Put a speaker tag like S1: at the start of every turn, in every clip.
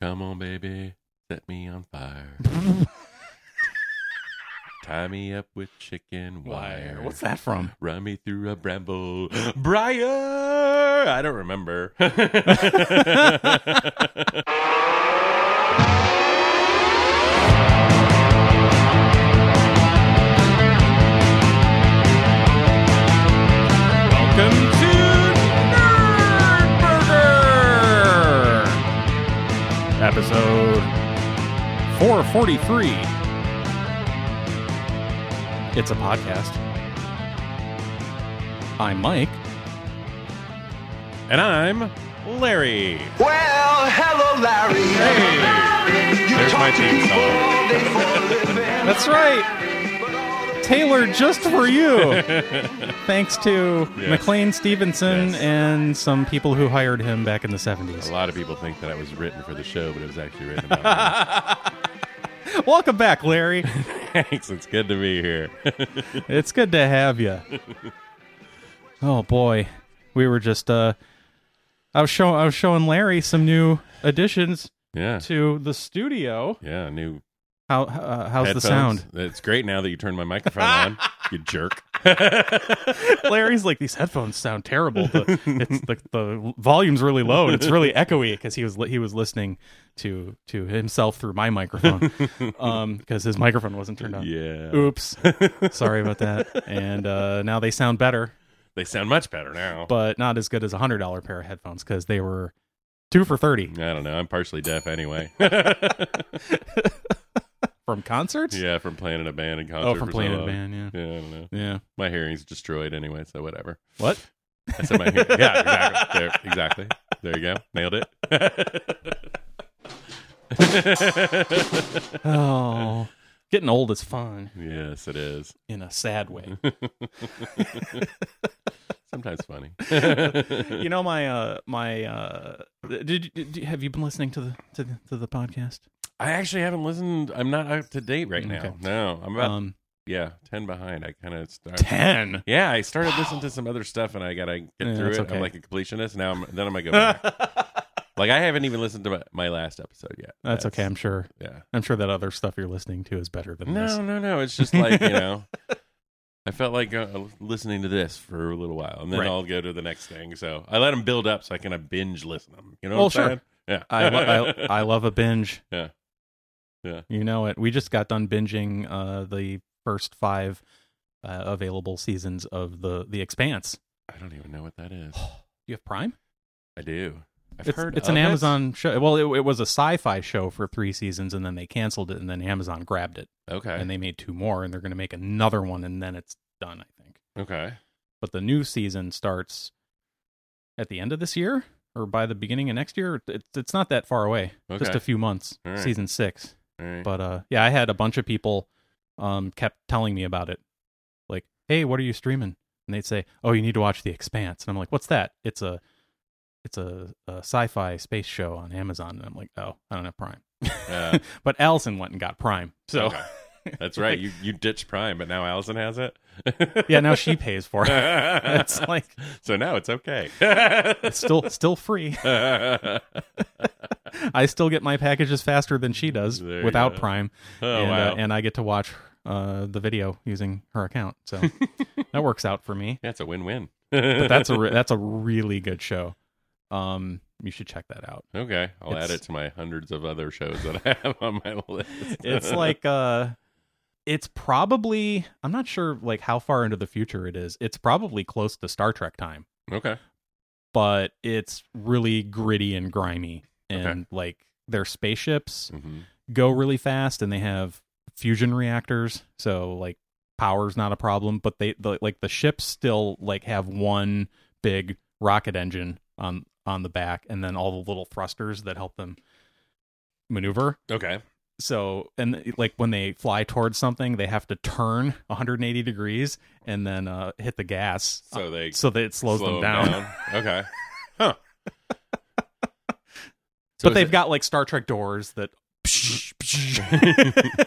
S1: Come on, baby, set me on fire. Tie me up with chicken wire.
S2: Wire. What's that from?
S1: Run me through a bramble, briar. I don't remember. That's
S2: Welcome to Nerd Burger! Episode 443. It's a podcast. I'm Mike.
S1: And I'm Larry.
S3: Well, hello, Larry. you
S1: there's
S3: talk
S1: my
S3: to
S1: theme
S3: people
S1: song.
S3: all day for a living.
S2: That's right. Tailored just for you. Thanks to McLean Stevenson
S1: Yes.
S2: and some people who hired him back in the 70s.
S1: A lot of people think that I was written for the show, but it was actually written about
S2: Welcome back, Larry.
S1: me. Thanks. It's good to be here.
S2: it's good to have you. Oh boy, we were just uh, I was showing I was showing Larry some new additions
S1: yeah.
S2: to the studio.
S1: Yeah. New
S2: How uh, how's the
S1: headphones.
S2: sound?
S1: It's great now that you turned my microphone on, you jerk.
S2: Larry's like these headphones sound terrible. The, it's the, the volume's really low and it's really echoey because he was li- he was listening to to himself through my microphone um because his microphone wasn't turned on.
S1: Yeah.
S2: Oops, sorry about that. And uh, now they sound better.
S1: They sound much better now.
S2: but not as good as a hundred dollar pair of headphones because they were two for thirty
S1: I don't know. I'm partially deaf anyway.
S2: from concerts.
S1: yeah, from playing in a band and concert.
S2: oh, from
S1: for so
S2: playing in a
S1: long.
S2: band. Yeah.
S1: Yeah, I don't know.
S2: yeah.
S1: My hearing's destroyed anyway, so whatever.
S2: What?
S1: I said my hearing. Yeah, exactly. There, exactly. There you go. Nailed it.
S2: Oh, getting old is fun
S1: Yes, it is.
S2: in a sad way.
S1: Sometimes funny.
S2: you know my uh my uh did, did, did- have you been listening to the to the, to the podcast?
S1: I actually haven't listened. I'm not up to date right now.
S2: Mm, Okay.
S1: No, I'm about
S2: um,
S1: yeah ten behind. I kind of started.
S2: ten.
S1: Yeah, I started listening to some other stuff, and I gotta get
S2: Yeah,
S1: through
S2: that's
S1: it.
S2: okay.
S1: I'm like a completionist now. I'm, then I'm gonna go back. like I haven't even listened to my, my last episode yet.
S2: That's okay. I'm sure.
S1: Yeah.
S2: I'm sure that other stuff you're listening to is better than this.
S1: No, no, no. It's just like you know. I felt like uh, listening to this for a little while, and then
S2: Right.
S1: I'll go to the next thing. So I let them build up, so I can uh, binge listen them. You know?
S2: Well,
S1: what I'm
S2: sure.
S1: saying? Yeah.
S2: I, lo- I I love a binge.
S1: Yeah. Yeah.
S2: You know it. We just got done binging uh, the first five uh, available seasons of the The Expanse.
S1: I don't even know what that is.
S2: You have Prime?
S1: I do. I've
S2: It's,
S1: heard
S2: it's an
S1: of it.
S2: Amazon show. Well, it, it was a sci-fi show for three seasons, and then they canceled it, and then Amazon grabbed it,
S1: Okay.
S2: and they made two more, and they're going to make another one, and then it's done, I think.
S1: okay.
S2: But the new season starts at the end of this year, or by the beginning of next year. It's it's not that far away. Just
S1: Okay.
S2: a few months.
S1: All right. Hmm.
S2: Season six.
S1: All right.
S2: but uh yeah i had a bunch of people um kept telling me about it like hey what are you streaming and they'd say oh you need to watch the expanse and i'm like what's that it's a it's a, a sci-fi space show on amazon and i'm like oh i don't have prime
S1: Uh,
S2: but allison went and got prime so
S1: okay. that's right. You you ditched Prime, but now Allison has it.
S2: yeah now she pays for it it's like
S1: so now it's okay.
S2: it's still still free
S1: oh
S2: i still get my packages faster than she does
S1: There you
S2: without
S1: go. Oh,
S2: prime and,
S1: wow.
S2: uh, and i get to watch uh the video using her account so that works out for me
S1: yeah, it's a win-win.
S2: but that's a re- that's a really good show. Um, you should check that out.
S1: Okay, I'll add
S2: It's-
S1: it to my hundreds of other shows that I have on my list.
S2: It's like uh, it's probably I'm not sure like how far into the future it is. It's probably close to Star Trek time,
S1: okay,
S2: but it's really gritty and grimy, and
S1: Okay.
S2: like their spaceships
S1: hmm
S2: go really fast, and they have fusion reactors, so like power's not a problem. But they the, like the ships still like have one big rocket engine on on the back, and then all the little thrusters that help them maneuver.
S1: okay,
S2: so and like when they fly towards something they have to turn 180 degrees and then uh hit the gas uh,
S1: so they
S2: so that it slows
S1: slow
S2: them down,
S1: Okay, huh?
S2: but they've got like star trek doors that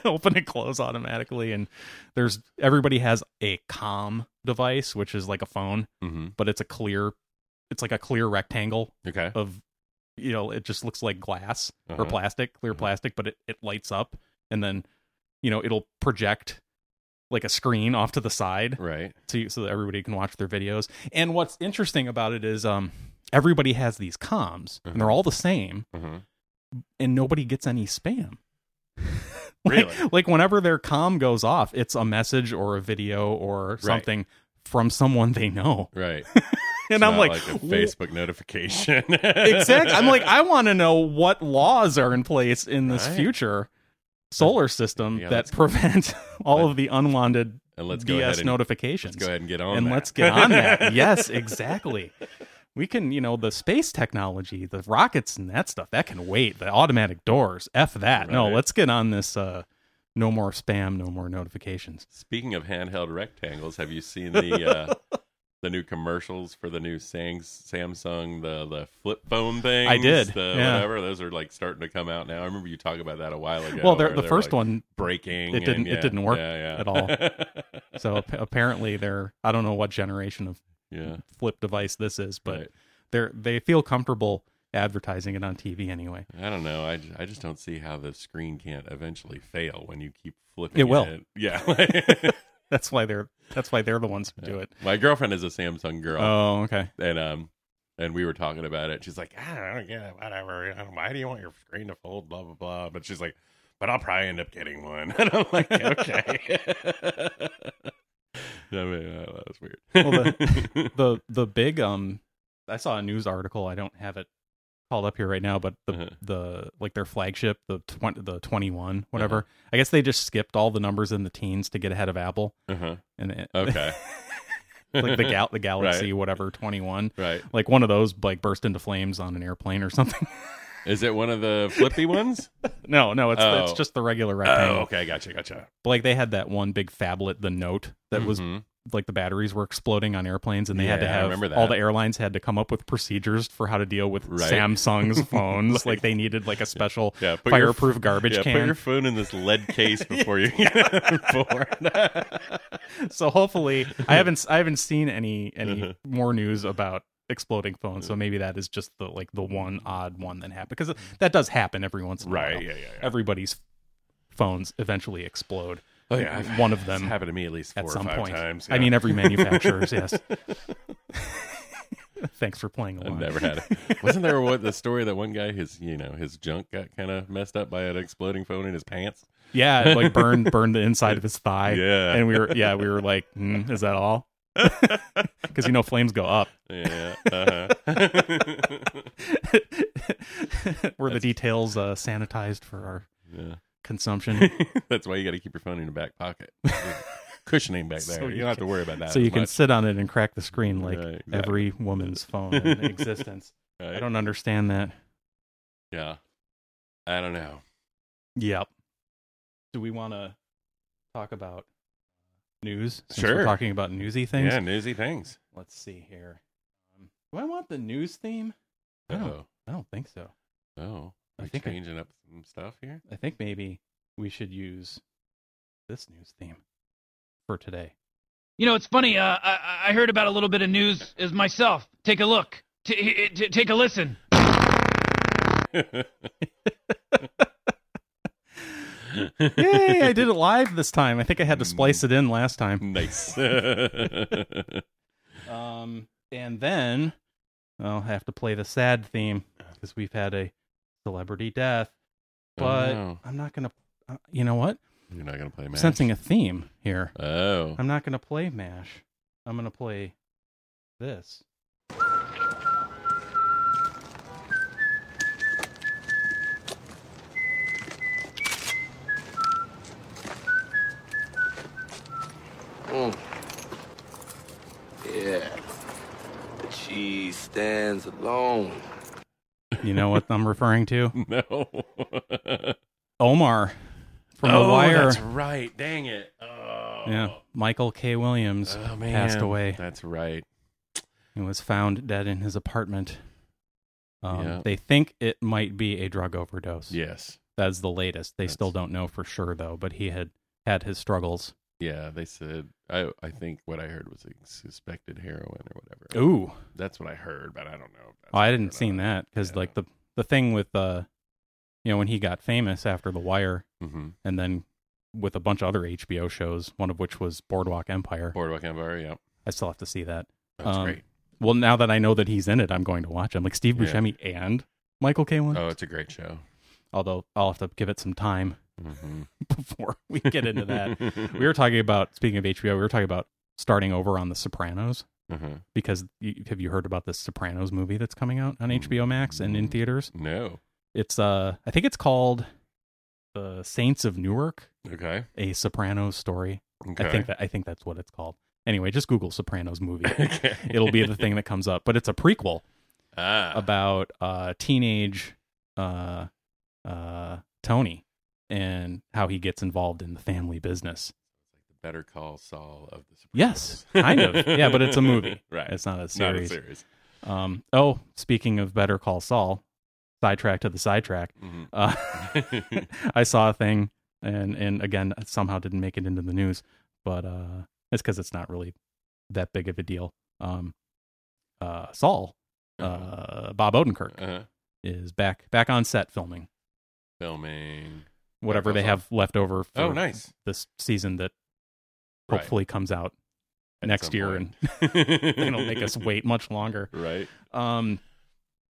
S2: open and close automatically and there's everybody has a com device which is like a phone
S1: hmm
S2: but it's a clear it's like a clear rectangle
S1: Okay,
S2: of you know it just looks like glass or
S1: Uh-huh.
S2: plastic clear
S1: Mhm.
S2: plastic but it, it lights up and then you know it'll project like a screen off to the side
S1: Right.
S2: so you, so that everybody can watch their videos and what's interesting about it is um everybody has these comms and they're all the same
S1: Uh-huh.
S2: and nobody gets any spam
S1: Really?
S2: like, like whenever their comm goes off it's a message or a video or something from someone they know
S1: Right.
S2: and
S1: It's
S2: i'm
S1: not
S2: like,
S1: a
S2: "Wha-
S1: Facebook notification.
S2: exactly. I'm like, I want to know what laws are in place in this
S1: Right.
S2: future solar system
S1: Yeah,
S2: that
S1: let's-
S2: prevent all of the unwanted
S1: and let's go ahead
S2: BS
S1: and
S2: notifications.
S1: let's go ahead and get on.
S2: and
S1: that.
S2: let's get on that. yes, exactly. We can, you know, the space technology, the rockets and that stuff, that can wait. The automatic doors, F that. No,
S1: Right.
S2: let's get on this uh no more spam, no more notifications.
S1: Speaking of handheld rectangles, have you seen the uh, the new commercials for the new Sang- Samsung the the flip phone things?
S2: I did,
S1: The
S2: yeah.
S1: Whatever. Those are like starting to come out now. I remember you talking about that a while ago.
S2: well, they're,
S1: where
S2: the first
S1: like,
S2: one
S1: breaking.
S2: it
S1: and-
S2: didn't- it
S1: yeah,
S2: didn't work
S1: yeah, yeah.
S2: at all. so ap- apparently they're I don't know what generation of
S1: yeah,
S2: flip device this is, but
S1: Right.
S2: they're they feel comfortable advertising it on TV anyway.
S1: I don't know. I, j- I just don't see how the screen can't eventually fail when you keep flipping.
S2: It will.
S1: Yeah.
S2: That's why they're that's why they're the ones who do it.
S1: My girlfriend is a Samsung girl.
S2: Oh, okay.
S1: and um and we were talking about it. She's like, "Ah, I don't, I don't get it, whatever. I don't, why do you want your screen to fold? Blah blah blah. But she's like, but I'll probably end up getting one. And I'm like, okay. I mean, uh, that was weird.
S2: Well, the- The the big um I saw a news article. I don't have it called up here right now, but the
S1: Uh-huh.
S2: the like their flagship, the twenty the twenty one, whatever. I guess they just skipped all the numbers in the teens to get ahead of Apple
S1: uh-huh.
S2: and it,
S1: Okay.
S2: like the gal the Galaxy whatever twenty one.
S1: right.
S2: Like one of those like burst into flames on an airplane or something.
S1: Is it one of the flippy ones?
S2: no, no, it's it's
S1: Oh.
S2: just the regular rectangle.
S1: okay. Gotcha. Gotcha.
S2: But, like they had that one big phablet, the Note, that was
S1: Mhm.
S2: like the batteries were exploding on airplanes, and they had to
S1: Yeah, I
S2: have
S1: remember that.
S2: all the airlines had to come up with procedures for how to deal with
S1: Right.
S2: Samsung's phones. like, they needed like a special
S1: Yeah, put your-
S2: fireproof garbage
S1: Yeah, put
S2: can.
S1: your phone in this lead case before you get it
S2: so hopefully, I haven't s- I haven't seen any any
S1: Uh-huh.
S2: more news about exploding phones.
S1: Mm.
S2: So maybe that is just the like the one odd one that happened because that does happen every once in a while.
S1: Right. Yeah. Yeah. yeah.
S2: Everybody's phones eventually explode.
S1: Oh, yeah, I've-
S2: one of
S1: It's
S2: them
S1: happened to me at least four
S2: at
S1: or
S2: some
S1: five
S2: point.
S1: times.
S2: I
S1: yeah.
S2: mean, every manufacturer's yes. Thanks for playing
S1: I've
S2: along.
S1: never had it. Wasn't there what the story that one guy his you know his junk got kind of messed up by an exploding phone in his pants?
S2: Yeah, it, like burned burned the inside of his thigh.
S1: Yeah.
S2: and we were yeah we were like, "Hmm, is that all? Because you know flames go up.
S1: Yeah. Uh-huh.
S2: were the details uh, sanitized for our
S1: yeah.
S2: consumption?
S1: That's why you got to keep your phone in your back pocket, There's cushioning back there.
S2: So
S1: you
S2: you
S1: don't have to worry about that.
S2: so
S1: as
S2: you can
S1: much.
S2: sit on it and crack the screen like
S1: Right, exactly.
S2: every woman's phone in existence. I
S1: Right?
S2: don't understand that.
S1: Yeah. I don't know.
S2: Yep. Do we want to talk about news? Since We're
S1: Sure.
S2: talking about newsy things.
S1: Yeah, newsy things.
S2: Let's see here. Um, do I want the news theme? I don't,
S1: Oh,
S2: I don't think so.
S1: oh,
S2: I
S1: we
S2: think I-
S1: changing up some stuff here.
S2: I think maybe we should use this news theme for today.
S4: You know, it's funny. Uh, I, I- I heard about a little bit of news as myself. Take a look. T- t- t- take a listen.
S2: Yay, I did it live this time. I think I had
S1: Hmm.
S2: to splice it in last time.
S1: nice. Hmm.
S2: Um, and then I'll have to play the sad theme because we've had a celebrity death. But
S1: Oh, no.
S2: I'm not going to, uh, you know what?
S1: You're not gonna play
S2: I'm
S1: Mash.
S2: Sensing a theme here.
S1: Oh,
S2: I'm not going to play MASH. I'm going to play this.
S3: Mm.
S5: Yeah. She stands alone.
S2: You know what I'm referring to?
S1: no.
S2: Omar from
S1: oh,
S2: The Wire.
S1: that's right. Dang it. Oh.
S2: Yeah, Michael K. Williams
S1: Oh, man.
S2: passed away.
S1: That's right.
S2: He was found dead in his apartment. Um,
S1: Yeah.
S2: They think it might be a drug overdose.
S1: Yes.
S2: That's the latest. They still
S1: That's-
S2: don't know for sure, though, but he had had his struggles.
S1: Yeah. They said. I. I think what I heard was like suspected heroin or whatever.
S2: Ooh, Oh,
S1: That's what I heard, but I don't know. If that's
S2: I
S1: true
S2: didn't
S1: or
S2: see
S1: not.
S2: that because,
S1: Yeah.
S2: like, the the thing with uh you know when he got famous after The Wire
S1: Mm-hmm.
S2: and then with a bunch of other HBO shows, one of which was Boardwalk Empire.
S1: Boardwalk Empire. Yeah,
S2: I still have to see that.
S1: that's
S2: Um,
S1: great.
S2: Well, now that I know that he's in it, I'm going to watch him. Like Steve
S1: Yeah.
S2: Buscemi and Michael K. One.
S1: Oh, it's a great show.
S2: Although I'll have to give it some time
S1: Mhm.
S2: before we get into that. we were talking about speaking of HBO, we were talking about starting over on The Sopranos
S1: Mhm.
S2: because you, have you heard about this Sopranos movie that's coming out on HBO Max and
S1: Mm.
S2: in theaters?
S1: No.
S2: It's uh, I think it's called The Saints of Newark,
S1: Okay.
S2: a Sopranos story.
S1: Okay.
S2: I think that I think that's what it's called. Anyway, just Google Sopranos movie.
S1: Okay.
S2: It'll be the thing that comes up, but it's a prequel
S1: ah,
S2: about uh teenage uh uh Tony and how he gets involved in the family business.
S1: Better Call Saul of the. Sopranos.
S2: Yes, kind of. Yeah, but it's a movie.
S1: right?
S2: It's not a
S1: not a
S2: series.
S1: series.
S2: Um oh, speaking of Better Call Saul, sidetrack to the sidetrack.
S1: Mhm.
S2: Uh I saw a thing and and again somehow didn't make it into the news, but uh it's cuz it's not really that big of a deal. Um uh Saul uh Bob Odenkirk
S1: Uh-huh.
S2: is back back on set filming
S1: Filming.
S2: whatever
S1: That
S2: they
S1: goes
S2: have left over for
S1: Oh, nice.
S2: this season that
S1: Right.
S2: hopefully comes out
S1: At
S2: next
S1: some
S2: year
S1: point.
S2: and they don't make us wait much longer.
S1: Right.
S2: Um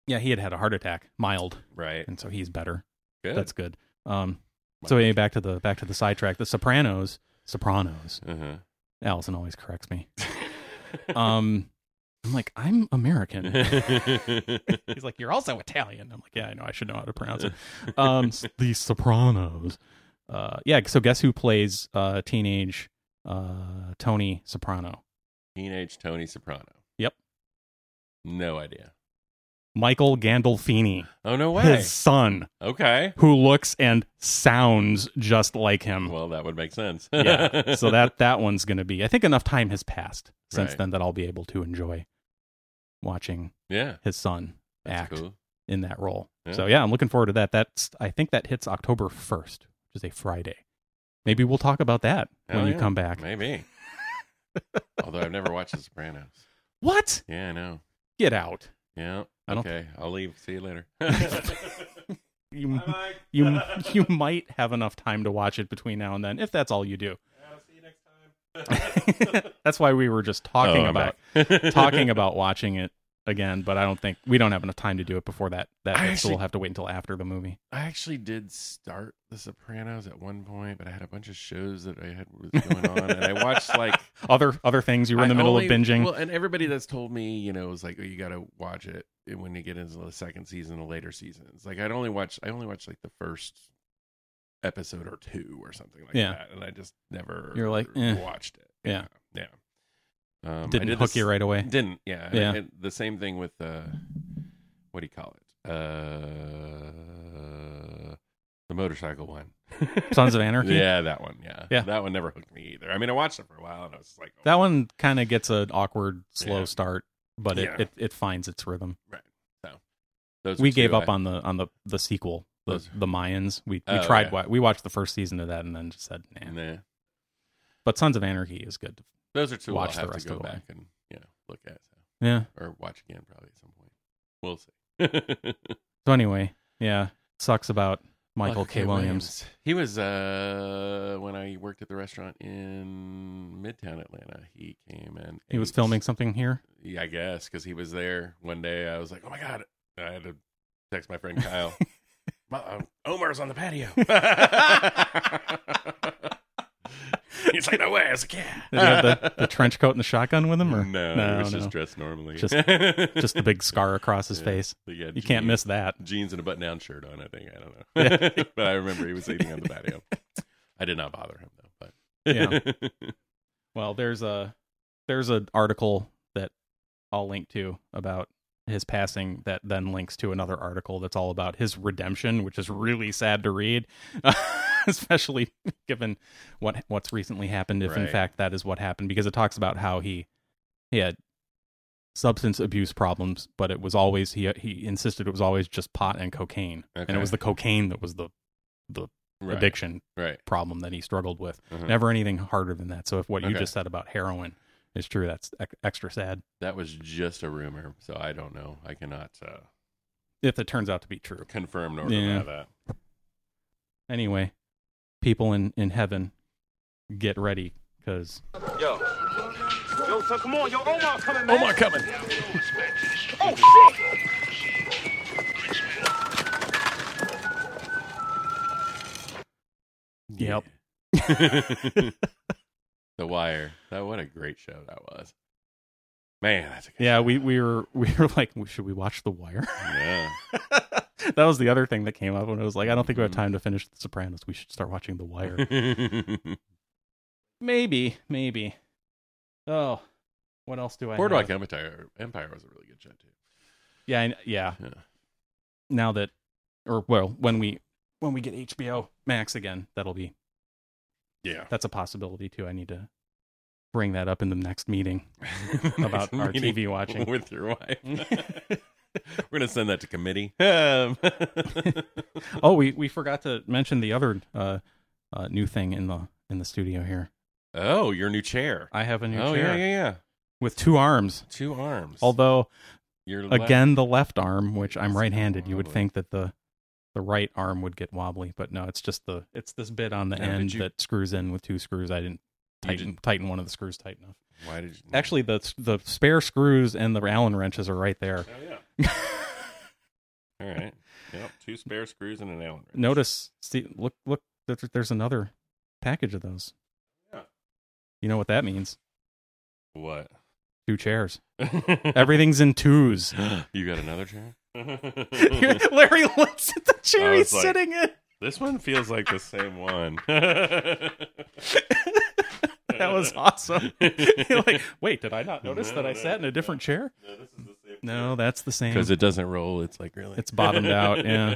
S2: yeah, he had had a heart attack, mild,
S1: Right.
S2: and so he's better.
S1: Good.
S2: That's good. Um so
S1: Mild.
S2: anyway, back to the back to the sidetrack. The Sopranos, Sopranos.
S1: Uh-huh.
S2: Allison always corrects me. Um I'm like, I'm American. He's like, you're also Italian. I'm like, yeah, I know. I should know how to pronounce it. Um, s- the Sopranos. Uh, yeah. So guess who plays uh, teenage uh, Tony Soprano?
S1: Teenage Tony Soprano.
S2: Yep.
S1: No idea.
S2: Michael Gandolfini,
S1: Oh no way.
S2: his son,
S1: Okay.
S2: who looks and sounds just like him.
S1: Well, that would make sense.
S2: Hmm. yeah. So that that one's gonna be. I think enough time has passed since
S1: Right.
S2: then that I'll be able to enjoy watching
S1: yeah,
S2: his son
S1: that's
S2: act
S1: cool.
S2: in that role.
S1: Yeah.
S2: So yeah, I'm looking forward to that. That's I think that hits October 1st, which is a Friday. Maybe we'll talk about that
S1: Hell
S2: when you
S1: yeah.
S2: come back.
S1: Maybe. Although I've never watched The Sopranos.
S2: What?
S1: Yeah, I know.
S2: Get out.
S1: Yeah.
S2: I don't-
S1: okay, I'll leave. See you later.
S2: You you you might have enough time to watch it between now and then if that's all you do. that's why we were just
S1: Oh,
S2: talking about talking about watching it again, but I don't think we don't have enough time to do it before that that
S1: I
S2: so we'll
S1: actually-
S2: have to wait until after the movie.
S1: I actually did start The Sopranos at one point, but I had a bunch of shows that I had was going on, and I watched like
S2: Other other things you were in the
S1: I
S2: middle
S1: only-
S2: of binging.
S1: Well, and everybody that's told me, you know, was like, "Oh, you got to watch it when you get into the second season, the later seasons." Like, I'd only watch, I only watched like the first episode or two or something like
S2: Yeah.
S1: that, and I just never
S2: You're like, eh.
S1: watched it.
S2: Yeah.
S1: yeah. Um, I
S2: Didn't
S1: did
S2: hook
S1: this-
S2: you right away.
S1: Didn't. Yeah, And-
S2: Yeah.
S1: and the same thing with uh, what do you call it? Uh, the motorcycle one.
S2: Sons of Anarchy.
S1: Yeah, that one. Yeah.
S2: Yeah.
S1: That one never hooked me either. I mean, I watched it for a while and I was just like, oh,
S2: That one kind of gets an awkward, slow
S1: Yeah.
S2: start, but it,
S1: Yeah.
S2: it, it finds its rhythm.
S1: those are
S2: we gave
S1: two
S2: up
S1: I-
S2: on the on the the sequel, the
S1: Those-
S2: the Mayans. We we
S1: Oh,
S2: tried
S1: yeah.
S2: wa- we watched the first season of that and then just said nah.
S1: Nah.
S2: But Sons of Anarchy is good.
S1: Those are two
S2: watch
S1: I'll
S2: the
S1: have
S2: rest
S1: to go
S2: of the way.
S1: back and you know, look at uh,
S2: Yeah.
S1: or watch again probably at some point. We'll see.
S2: So anyway, yeah, sucks about Michael K. Williams.
S1: He was uh when I worked at the restaurant in Midtown Atlanta. He came and
S2: He was
S1: ate-
S2: filming something here.
S1: Yeah, I guess because he was there one day. I was like, oh my god! And I had to text my friend Kyle. "My- um, Omar's on the patio. He's like, no way. I was like, yeah.
S2: Did he have the, the trench coat and the shotgun with him, or
S1: no,
S2: no,
S1: he was
S2: no.
S1: just dressed normally.
S2: Just-
S1: just
S2: just the big scar across his
S1: Yeah.
S2: face? You can't miss that.
S1: jeans and a button-down shirt on. I think I don't know, but I remember he was eating on the patio. I did not bother him though. But
S2: Yeah. Well, there's a there's an article that I'll link to about his passing that then links to another article that's all about his redemption, which is really sad to read, especially given what what's recently happened. If in
S1: Right.
S2: fact that is what happened, because it talks about how he he had substance abuse problems, but it was always he he insisted it was always just pot and cocaine, and
S1: Okay.
S2: it was the cocaine that was the
S1: right,
S2: addiction
S1: right?
S2: problem that he struggled with.
S1: Uh-huh.
S2: Never anything harder than that. So if what you
S1: Okay.
S2: just said about heroin is true, that's ex- extra sad.
S1: That was just a rumor, so I don't know. I cannot. Uh,
S2: if it turns out to be true.
S1: Confirmed or deny
S2: Yeah.
S1: that.
S2: Anyway, people in in heaven, get ready because
S5: Yo.
S6: Yo, so come on, yo, Omar coming, man.
S1: Omar coming.
S6: Oh shit!
S2: Yep.
S1: the Wire. That what a great show that was. Man, that's a good
S2: yeah,
S1: show.
S2: we we were we were like, should we watch The Wire?
S1: yeah.
S2: that was the other thing that came up when it was like, I don't think we have time to finish The Sopranos. We should start watching The Wire. maybe, maybe. Oh, what else do I?
S1: Boardwalk
S2: have?
S1: Empire Empire was a really good show too.
S2: Yeah, I, yeah.
S1: Yeah.
S2: Now that, or well, when we when we get HBO Max again, that'll be
S1: Yeah.
S2: that's a possibility too. I need to bring that up in the next meeting about our
S1: Meeting
S2: TV watching.
S1: with your wife. We're gonna send that to committee. Um,
S2: oh, we we forgot to mention the other uh, uh, new thing in the in the studio here.
S1: oh, your new chair.
S2: I have a new
S1: oh
S2: chair
S1: yeah, yeah, yeah.
S2: with two arms.
S1: Two arms.
S2: Although
S1: your left-
S2: again, the left arm, which I'm
S1: It's
S2: right-handed, you would
S1: wobbly.
S2: think that the the right arm would get wobbly, but no, it's just the it's this bit on the
S1: Now,
S2: end
S1: did you-
S2: that screws in with two screws. I
S1: You
S2: didn't
S1: Mm.
S2: tighten tighten one of the screws tight enough.
S1: Why did you
S2: Actually, the the spare screws and the Allen wrenches are right there.
S1: Oh yeah. All right. Yep. Two spare screws and an Allen wrench.
S2: Notice, see, look, look. there- There's another package of those.
S1: Yeah.
S2: You know what that means?
S1: What?
S2: Two chairs.
S1: you
S2: Everything's in twos.
S1: got another chair?
S2: Larry looks at the chair
S1: I
S2: he's
S1: was like-
S2: sitting in.
S1: this one feels like the same one.
S2: That was awesome. You're like, wait, did I not notice that I sat in a different chair?
S1: No, this is the same.
S2: No, that's the same.
S1: Because it doesn't roll. It's like really.
S2: It's bottomed out, yeah.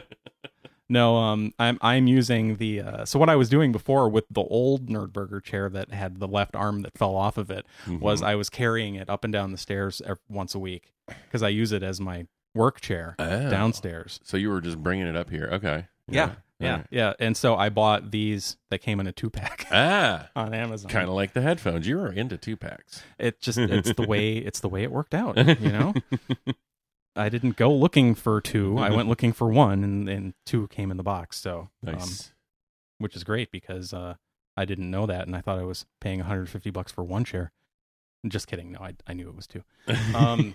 S2: No, um, I'm I'm using the uh, so what I was doing before with the old Nerdburger chair that had the left arm that fell off of it
S1: Mm-hmm.
S2: was I was carrying it up and down the stairs ev- once a week because I use it as my work chair
S1: Oh.
S2: downstairs.
S1: So you were just bringing it up here. Okay.
S2: yeah,
S1: Alright.
S2: yeah. And so I bought these that came in a two pack
S1: Ah.
S2: on Amazon.
S1: Kind of like the headphones. You were into two packs.
S2: It just it's the way it's the way it worked out. You know, I didn't go looking for two. I went looking for one, and, and two came in the box. So um,
S1: Nice.
S2: which is great because uh, I didn't know that, and I thought I was paying 150 bucks for one chair. Just kidding. No, I I knew it was two. Um,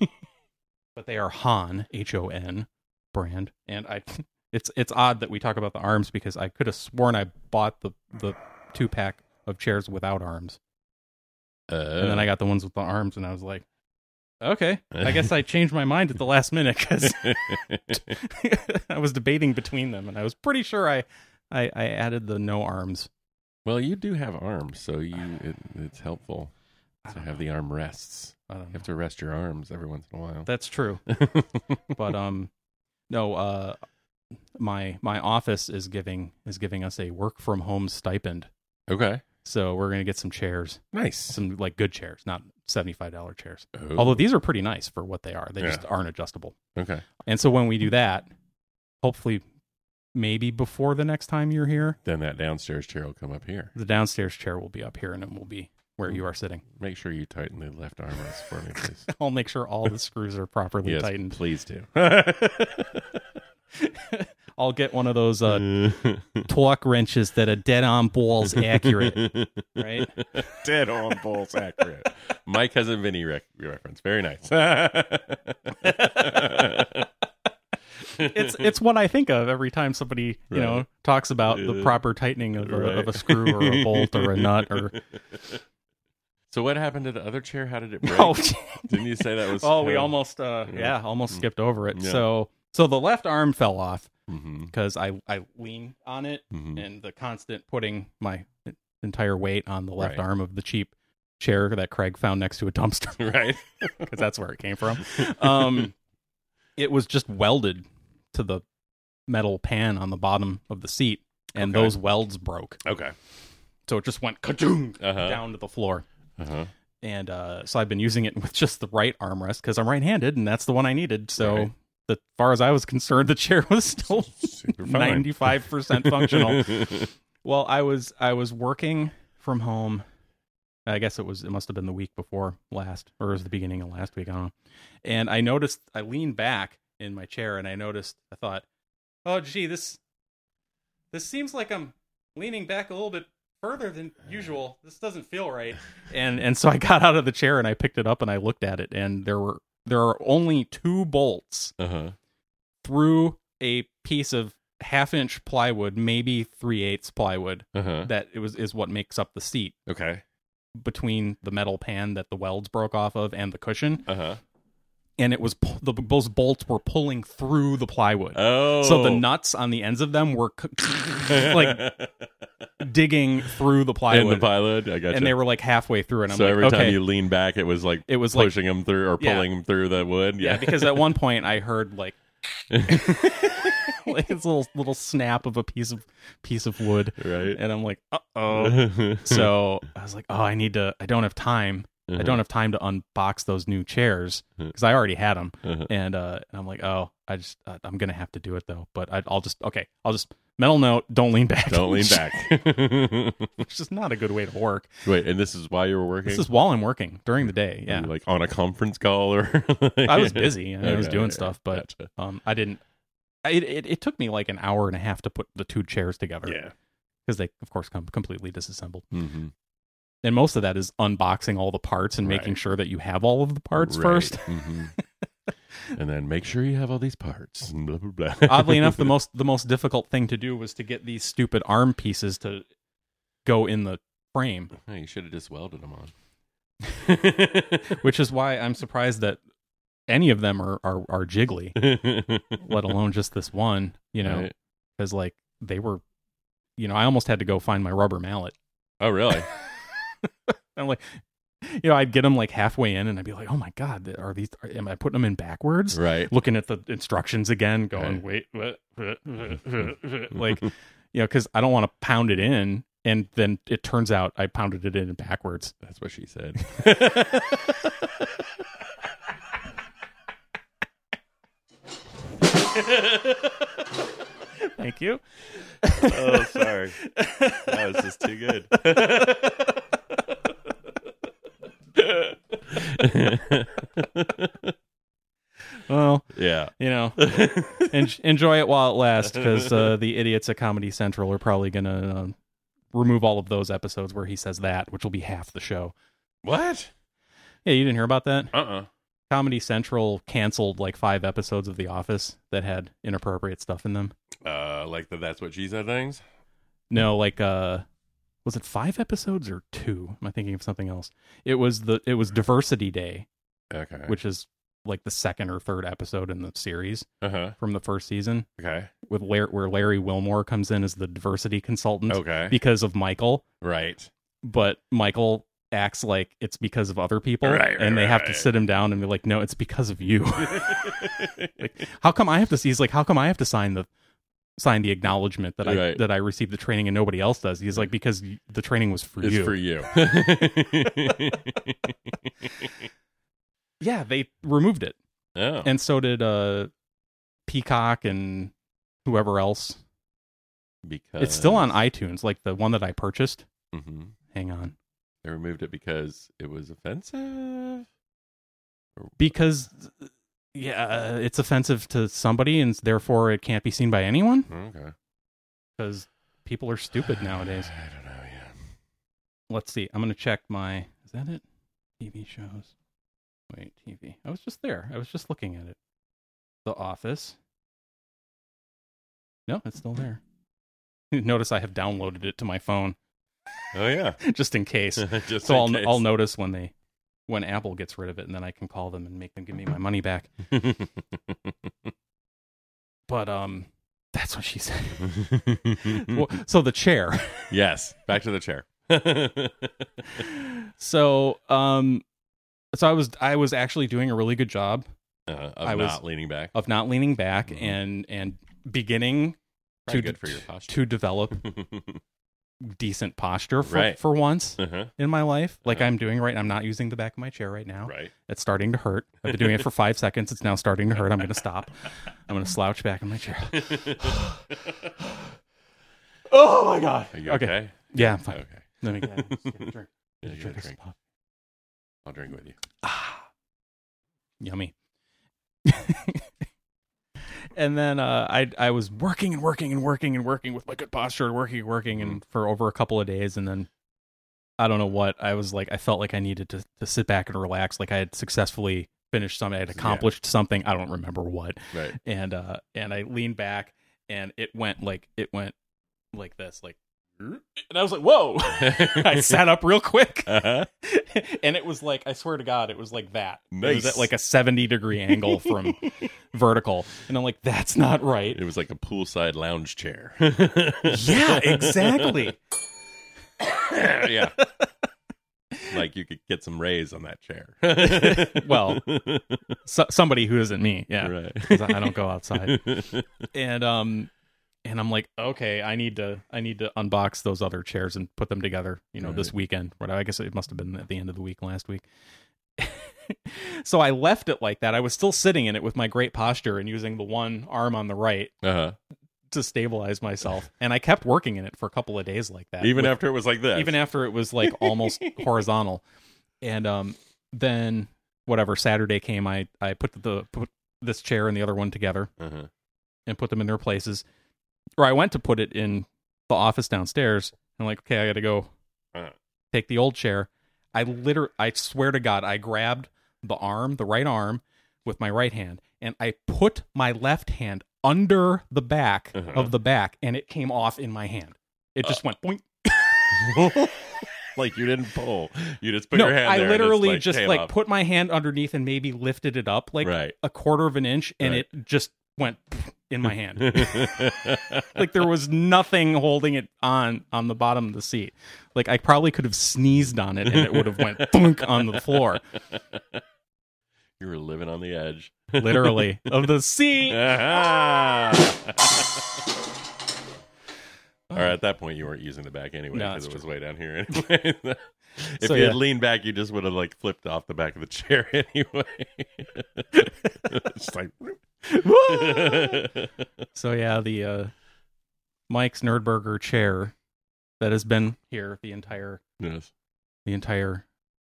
S2: but they are Han H O N brand, and I it's it's odd that we talk about the arms because I could have sworn I bought the the two pack of chairs without arms,
S1: Uh.
S2: and then I got the ones with the arms, and I was like. Okay, I guess I changed my mind at the last minute because I was debating between them, and I was pretty sure I, I, I added the no arms
S1: well, you do have arms, so you it, it's helpful to have the arm rests.
S2: I don't
S1: You
S2: know.
S1: have to rest your arms every once in a while.
S2: That's true. but um no, uh my my office is giving is giving us a work from home stipend.
S1: okay.
S2: So we're going to get some chairs,
S1: Nice.
S2: some like good chairs, not $75 chairs.
S1: Oh,
S2: Although these are pretty nice for what they are. They
S1: Yeah. Hmm.
S2: just aren't adjustable.
S1: okay.
S2: And so when we do that, hopefully maybe before the next time you're here,
S1: Then that downstairs chair will come up here.
S2: the downstairs chair will be up here and it will be
S1: Hmm.
S2: where you are sitting.
S1: Make sure you tighten the left armrest for me, please.
S2: I'll make sure all the screws are properly
S1: yes,
S2: tightened.
S1: please do.
S2: I'll get one of those uh,
S1: Hmm.
S2: torque wrenches that are dead on balls accurate, right?
S1: Dead on balls accurate. My cousin Vinny rec- reference. Very nice.
S2: It's it's what I think of every time somebody you know
S1: Right.
S2: talks about the proper tightening of a, of a
S1: Right.
S2: screw or a bolt or a nut or
S1: so what happened to the other chair? How did it break?
S2: oh
S1: Didn't you say that was?
S2: oh we almost uh yeah
S1: Mm.
S2: almost skipped over it so so the left arm fell off
S1: hmm
S2: because I I lean on it
S1: Mm. Mm-hmm.
S2: and the constant putting my entire weight on the left
S1: Right.
S2: arm of the cheap chair that Craig found next to a dumpster
S1: Right.
S2: because that's where it came from. Um, it was just welded to the metal pan on the bottom of the seat, and
S1: Okay.
S2: those welds broke.
S1: Okay.
S2: So it just went ka-doom
S1: Uh-huh.
S2: down to the floor.
S1: Uh-huh.
S2: And uh, so I've been using it with just the right armrest because I'm right-handed, and that's the one I needed. So
S1: Right.
S2: as far as I was concerned, the chair was still
S1: Super fine.
S2: ninety-five percent functional. well, I was I was working from home. I guess it was it must have been the week before last, or it was the beginning of last week. I don't know. And I noticed I leaned back in my chair and I noticed I thought, "Oh gee, this this seems like I'm leaning back a little bit further than usual. This doesn't feel right." And and so I got out of the chair and I picked it up and I looked at it and there were there are only two bolts
S1: Uh huh.
S2: through a piece of half inch plywood, maybe three eighths plywood,
S1: Uh huh.
S2: that it was is what makes up the seat
S1: Okay.
S2: between the metal pan that the welds broke off of and the cushion.
S1: Uh huh.
S2: And it was pu- the those bolts were pulling through the plywood.
S1: Oh.
S2: So the nuts on the ends of them were c- like digging through the plywood,
S1: in the pilot. I got
S2: and they were like halfway through. And I'm
S1: so
S2: like,
S1: every
S2: okay,
S1: time you lean back, it was like
S2: it was like
S1: pushing them through or
S2: Yeah.
S1: pulling them through the wood.
S2: yeah,
S1: Yeah.
S2: because at one point I heard like like this little little snap of a piece of piece of wood,
S1: right.
S2: and I'm like, uh oh. so I was like, oh, I need to. I don't have time.
S1: Mm-hmm.
S2: I don't have time to unbox those new chairs because I already had them.
S1: Uh-huh.
S2: And, uh, and I'm like, oh, I just uh, I'm gonna have to do it though. But I, I'll just okay. I'll just mental note: don't lean back.
S1: Don't lean back.
S2: It's just not a good way to work.
S1: Wait, and this is why you were working.
S2: This is while I'm working during the day.
S1: Were you,
S2: Yeah,
S1: like on a conference call or.
S2: I was busy. I, mean, I was
S1: Okay,
S2: doing
S1: yeah,
S2: stuff, but
S1: gotcha.
S2: um, I didn't. I- It, it it took me like an hour and a half to put the two chairs together.
S1: Yeah.
S2: because they of course come completely disassembled,
S1: Mm-hmm.
S2: and most of that is unboxing all the parts and making
S1: Right.
S2: sure that you have all of the parts first.
S1: hmm and then make sure you have all these parts. and Blah, blah, blah.
S2: oddly enough the most the most difficult thing to do was to get these stupid arm pieces to go in the frame
S1: Yeah, you should have just welded them on.
S2: which is why i'm surprised that any of them are are, are jiggly let alone just this one you know
S1: Right.
S2: because like they were you know i almost had to go find my rubber mallet
S1: Oh, really?
S2: i'm like you know i'd get them like halfway in and i'd be like oh my god th- are these are, am i putting them in backwards
S1: right.
S2: looking at the instructions again going
S1: Right.
S2: wait what, what, what, what," like you know, because I don't want to pound it in. And then it turns out I pounded it in backwards.
S1: That's what she said.
S2: Thank you.
S1: oh, sorry. That was just too good.
S2: Well,
S1: yeah.
S2: you know, en- enjoy it while it lasts because uh, the idiots at Comedy Central are probably going to um remove all of those episodes where he says that, which will be half the show.
S1: What?
S2: Yeah, you didn't hear about that?
S1: Uh uh
S2: Comedy Central canceled like five episodes of The Office that had inappropriate stuff in them.
S1: Uh, like the that's what she said things.
S2: No, like uh was it five episodes or two? Am I thinking of something else? It was the it was Diversity Day,
S1: Okay.
S2: which is like the second or third episode in the series
S1: Uh huh.
S2: from the first season
S1: Okay.
S2: with Lar- where Larry Wilmore comes in as the diversity consultant
S1: Okay.
S2: because of Michael,
S1: Right.
S2: but Michael acts like it's because of other people
S1: Right, right,
S2: and they
S1: right,
S2: have to
S1: right.
S2: sit him down and be like no it's because of you like how come i have to he's like how come i have to sign the sign the acknowledgement that i
S1: Right. Mm.
S2: that i received the training and nobody else does he's like because y- the training was for
S1: It's
S2: you
S1: for you.
S2: yeah they removed it
S1: oh.
S2: and so did uh peacock and whoever else
S1: because
S2: it's still on itunes like the one that i purchased
S1: hmm
S2: hang on
S1: They removed it because it was offensive.
S2: because yeah it's offensive to somebody and therefore it can't be seen by anyone
S1: Okay.
S2: because people are stupid nowadays
S1: I don't know. Yeah.
S2: let's see. I'm gonna check my. Is that it? TV shows. Wait, TV. I was just there. I was just looking at it. The Office. No, it's still there. Notice I have downloaded it to my phone
S1: Oh yeah.
S2: just in case.
S1: Just
S2: so
S1: in
S2: I'll
S1: case.
S2: I'll notice when they when Apple gets rid of it, and then I can call them and make them give me my money back. But um, that's what she said. well, so the chair.
S1: yes. Back to the chair. Uh, okay.
S2: So um, so I was I was actually doing a really good job
S1: Uh, of
S2: I was-
S1: not leaning back.
S2: of not leaning back
S1: Mhm.
S2: and and beginning
S1: Probably
S2: to
S1: good for your posture.
S2: to develop decent posture for,
S1: Right.
S2: for once
S1: uh-huh.
S2: in my life like
S1: Uh-huh.
S2: i'm doing right i'm not using the back of my chair right now
S1: Right.
S2: it's starting to hurt i've been doing it for five seconds it's now starting to hurt i'm gonna stop i'm gonna slouch back in my chair oh my god
S1: Are you
S2: Okay.
S1: okay?
S2: yeah i'm fine
S1: Okay.
S2: let me get, just get a drink.
S1: Yeah,
S2: Get a
S1: get a
S2: drink of
S1: drink.
S2: some pop.
S1: I'll drink with you.
S2: yummy and then uh, I I was working and working and working and working with my good posture and working and working and for over a couple of days and then I don't know what I was like I felt like I needed to to sit back and relax like I had successfully finished something I had accomplished something I don't remember what
S1: Right.
S2: and uh and I leaned back and it went like it went like this like and I was like whoa I sat up real quick
S1: Uh-huh.
S2: and it was like I swear to God, it was like that. It was
S1: Nice.
S2: at like a seventy degree angle from vertical, and I'm like, that's not right.
S1: It was like a poolside lounge chair.
S2: yeah, exactly.
S1: yeah. Like you could get some rays on that chair.
S2: Well, so, somebody who isn't me, yeah,
S1: Right.
S2: 'Cause I I don't go outside, and um, and I'm like, okay, I need to, I need to unbox those other chairs and put them together. You know, this
S1: Right.
S2: weekend. What I guess it must have been at the end of the week last week. so I left it like that. I was still sitting in it with my great posture and using the one arm on the right
S1: Uh-huh.
S2: to stabilize myself and i kept working in it for a couple of days like that
S1: Even
S2: with-
S1: after it was like this.
S2: even after it was like almost horizontal and um then whatever saturday came i i put the put this chair and the other one together
S1: Uh-huh.
S2: and put them in their places or i went to put it in the office downstairs and like okay i gotta go
S1: Uh.
S2: take the old chair i liter i swear to god i grabbed the arm the right arm with my right hand and i put my left hand under the back
S1: Uh-huh. Uh,
S2: of the back and it came off in my hand it just went boink
S1: Uh-huh. like you didn't pull. You just put
S2: no
S1: your hand
S2: i
S1: there and it's
S2: literally
S1: like,
S2: just
S1: "Hey,
S2: like
S1: love."
S2: put my hand underneath and maybe lifted it up like
S1: right.
S2: a quarter of an inch and
S1: Right.
S2: it just went in my hand like there was nothing holding it on on the bottom of the seat like i probably could have sneezed on it and it would have went boink on the floor
S1: you were living on the edge.
S2: literally of the seat
S1: Or at that point, you weren't using the back anyway
S2: No,
S1: because
S2: that's
S1: it was way down here anyway. if
S2: So,
S1: you had
S2: yeah.
S1: leaned back, you just would have like flipped off the back of the chair anyway. It's like,
S2: so yeah the uh mike's nerdburger chair that has been here the entire
S1: yes.
S2: the entire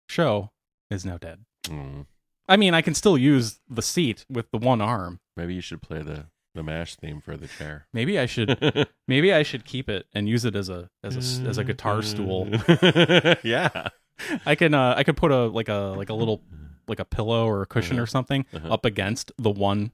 S2: show is now dead
S1: Mm.
S2: i mean i can still use the seat with the one arm
S1: Maybe you should play the the mash theme for the chair.
S2: maybe i should Maybe I should keep it and use it as a as a as a guitar
S1: Mm.
S2: stool.
S1: yeah.
S2: I can uh, I could put a like a like a little like a pillow or a cushion or something
S1: Uh-huh.
S2: up against the one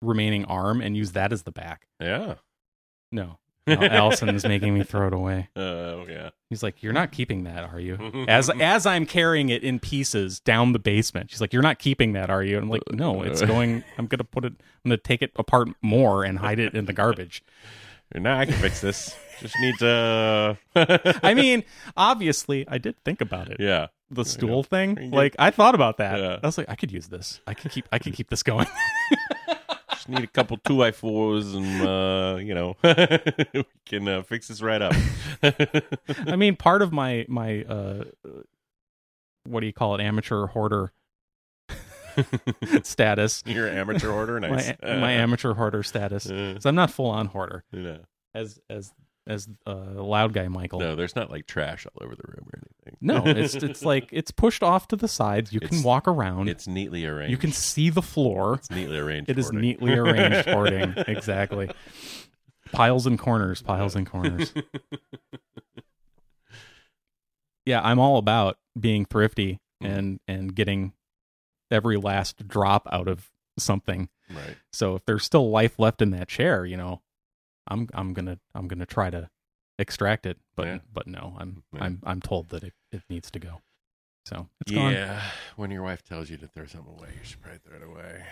S2: remaining arm and use that as the back.
S1: Yeah.
S2: No. No, Allison is making me throw it away.
S1: Oh yeah.
S2: He's like, "You're not keeping that, are you?" As as I'm carrying it in pieces down the basement, she's like, "You're not keeping that, are you?" And I'm like, "No,
S1: Uh,
S2: it's going. I'm gonna put it. I'm gonna take it apart more and hide it in the garbage."
S1: Now I can fix this. Just need to.
S2: I mean, obviously, I did think about it.
S1: yeah.
S2: the stool thing.
S1: you go.
S2: Like I thought about that.
S1: Yeah.
S2: I was like, I could use this. I could keep. I could keep this going.
S1: Just need a couple two by fours, and uh, you know, we can uh, fix this right up.
S2: I mean, part of my my uh, what do you call it? Amateur hoarder status.
S1: Your amateur order, nice.
S2: My my amateur hoarder status.
S1: Uh,
S2: So I'm not full on hoarder
S1: no.
S2: as as as uh, loud guy Michael.
S1: no, there's not like trash all over the room or anything.
S2: No, it's it's like it's pushed off to the sides. You can
S1: It's-
S2: walk around.
S1: It's neatly arranged.
S2: you can see the floor.
S1: It's neatly arranged.
S2: It is
S1: hoarding.
S2: neatly arranged hoarding. Exactly. Piles and corners, piles and corners. yeah, I'm all about being thrifty
S1: Mm.
S2: and and getting every last drop out of something.
S1: Right.
S2: So if there's still life left in that chair, you know, I'm I'm going to I'm going to try to extract it, but
S1: Yeah.
S2: but no, I'm
S1: Yeah.
S2: I'm I'm told that it, it needs to go. So, it's gone.
S1: yeah. When your wife tells you to throw something away, you should probably throw it away.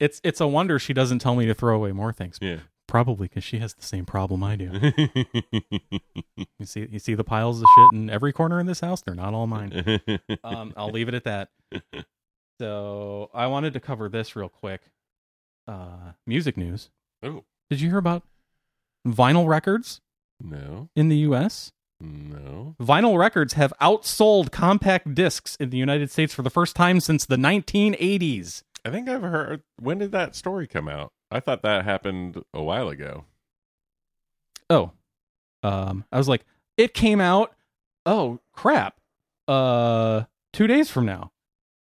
S2: It's it's a wonder she doesn't tell me to throw away more things.
S1: Yeah.
S2: Probably because she has the same problem I do. You see, you see the piles of shit in every corner in this house. They're not all mine. Um, I'll leave it at that. So I wanted to cover this real quick. Uh, music news.
S1: oh
S2: Did you hear about vinyl records
S1: no,
S2: in the U.S.?
S1: no.
S2: Vinyl records have outsold compact discs in the United States for the first time since the 1980s.
S1: I think I've heard. When did that story come out? I thought that happened a while ago.
S2: Oh, um, I was like, it came out. Oh crap! Uh, two days from now.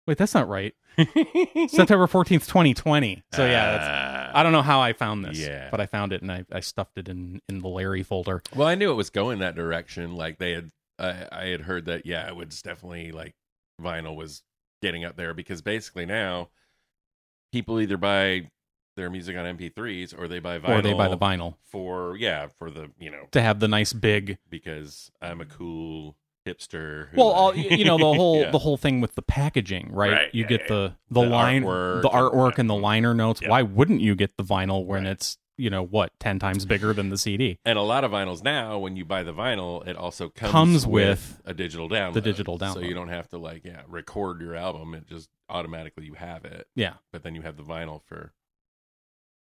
S2: Wait, that's not right.
S1: Hmm.
S2: September 14th, 2020. So yeah, that's,
S1: Ah.
S2: I don't know how I found this,
S1: yeah.
S2: but I found it and I, I stuffed it in, in the Larry folder.
S1: well, I knew it was going that direction. Like they had, I, I had heard that. Yeah, it was definitely like vinyl was getting up there because basically now people either buy their music on MP3s or they buy vinyl
S2: Or they buy the vinyl
S1: for yeah for the you know
S2: to have the nice big.
S1: because I'm a cool hipster. who
S2: Well,
S1: like-
S2: all, you you know the whole
S1: Yeah.
S2: the whole thing with the packaging, right?
S1: Right,
S2: you
S1: yeah,
S2: get
S1: yeah,
S2: the the,
S1: The
S2: line,
S1: artwork
S2: the
S1: and-
S2: artwork, and the liner notes.
S1: Yeah.
S2: Why wouldn't you get the vinyl when
S1: Right.
S2: it's you know what ten times bigger than the CD?
S1: and a lot of vinyls now when you buy the vinyl it also comes,
S2: Comes with
S1: a digital download
S2: the digital
S1: so
S2: download.
S1: you don't have to like yeah record your album it just automatically you have it
S2: Yeah,
S1: but then you have the vinyl for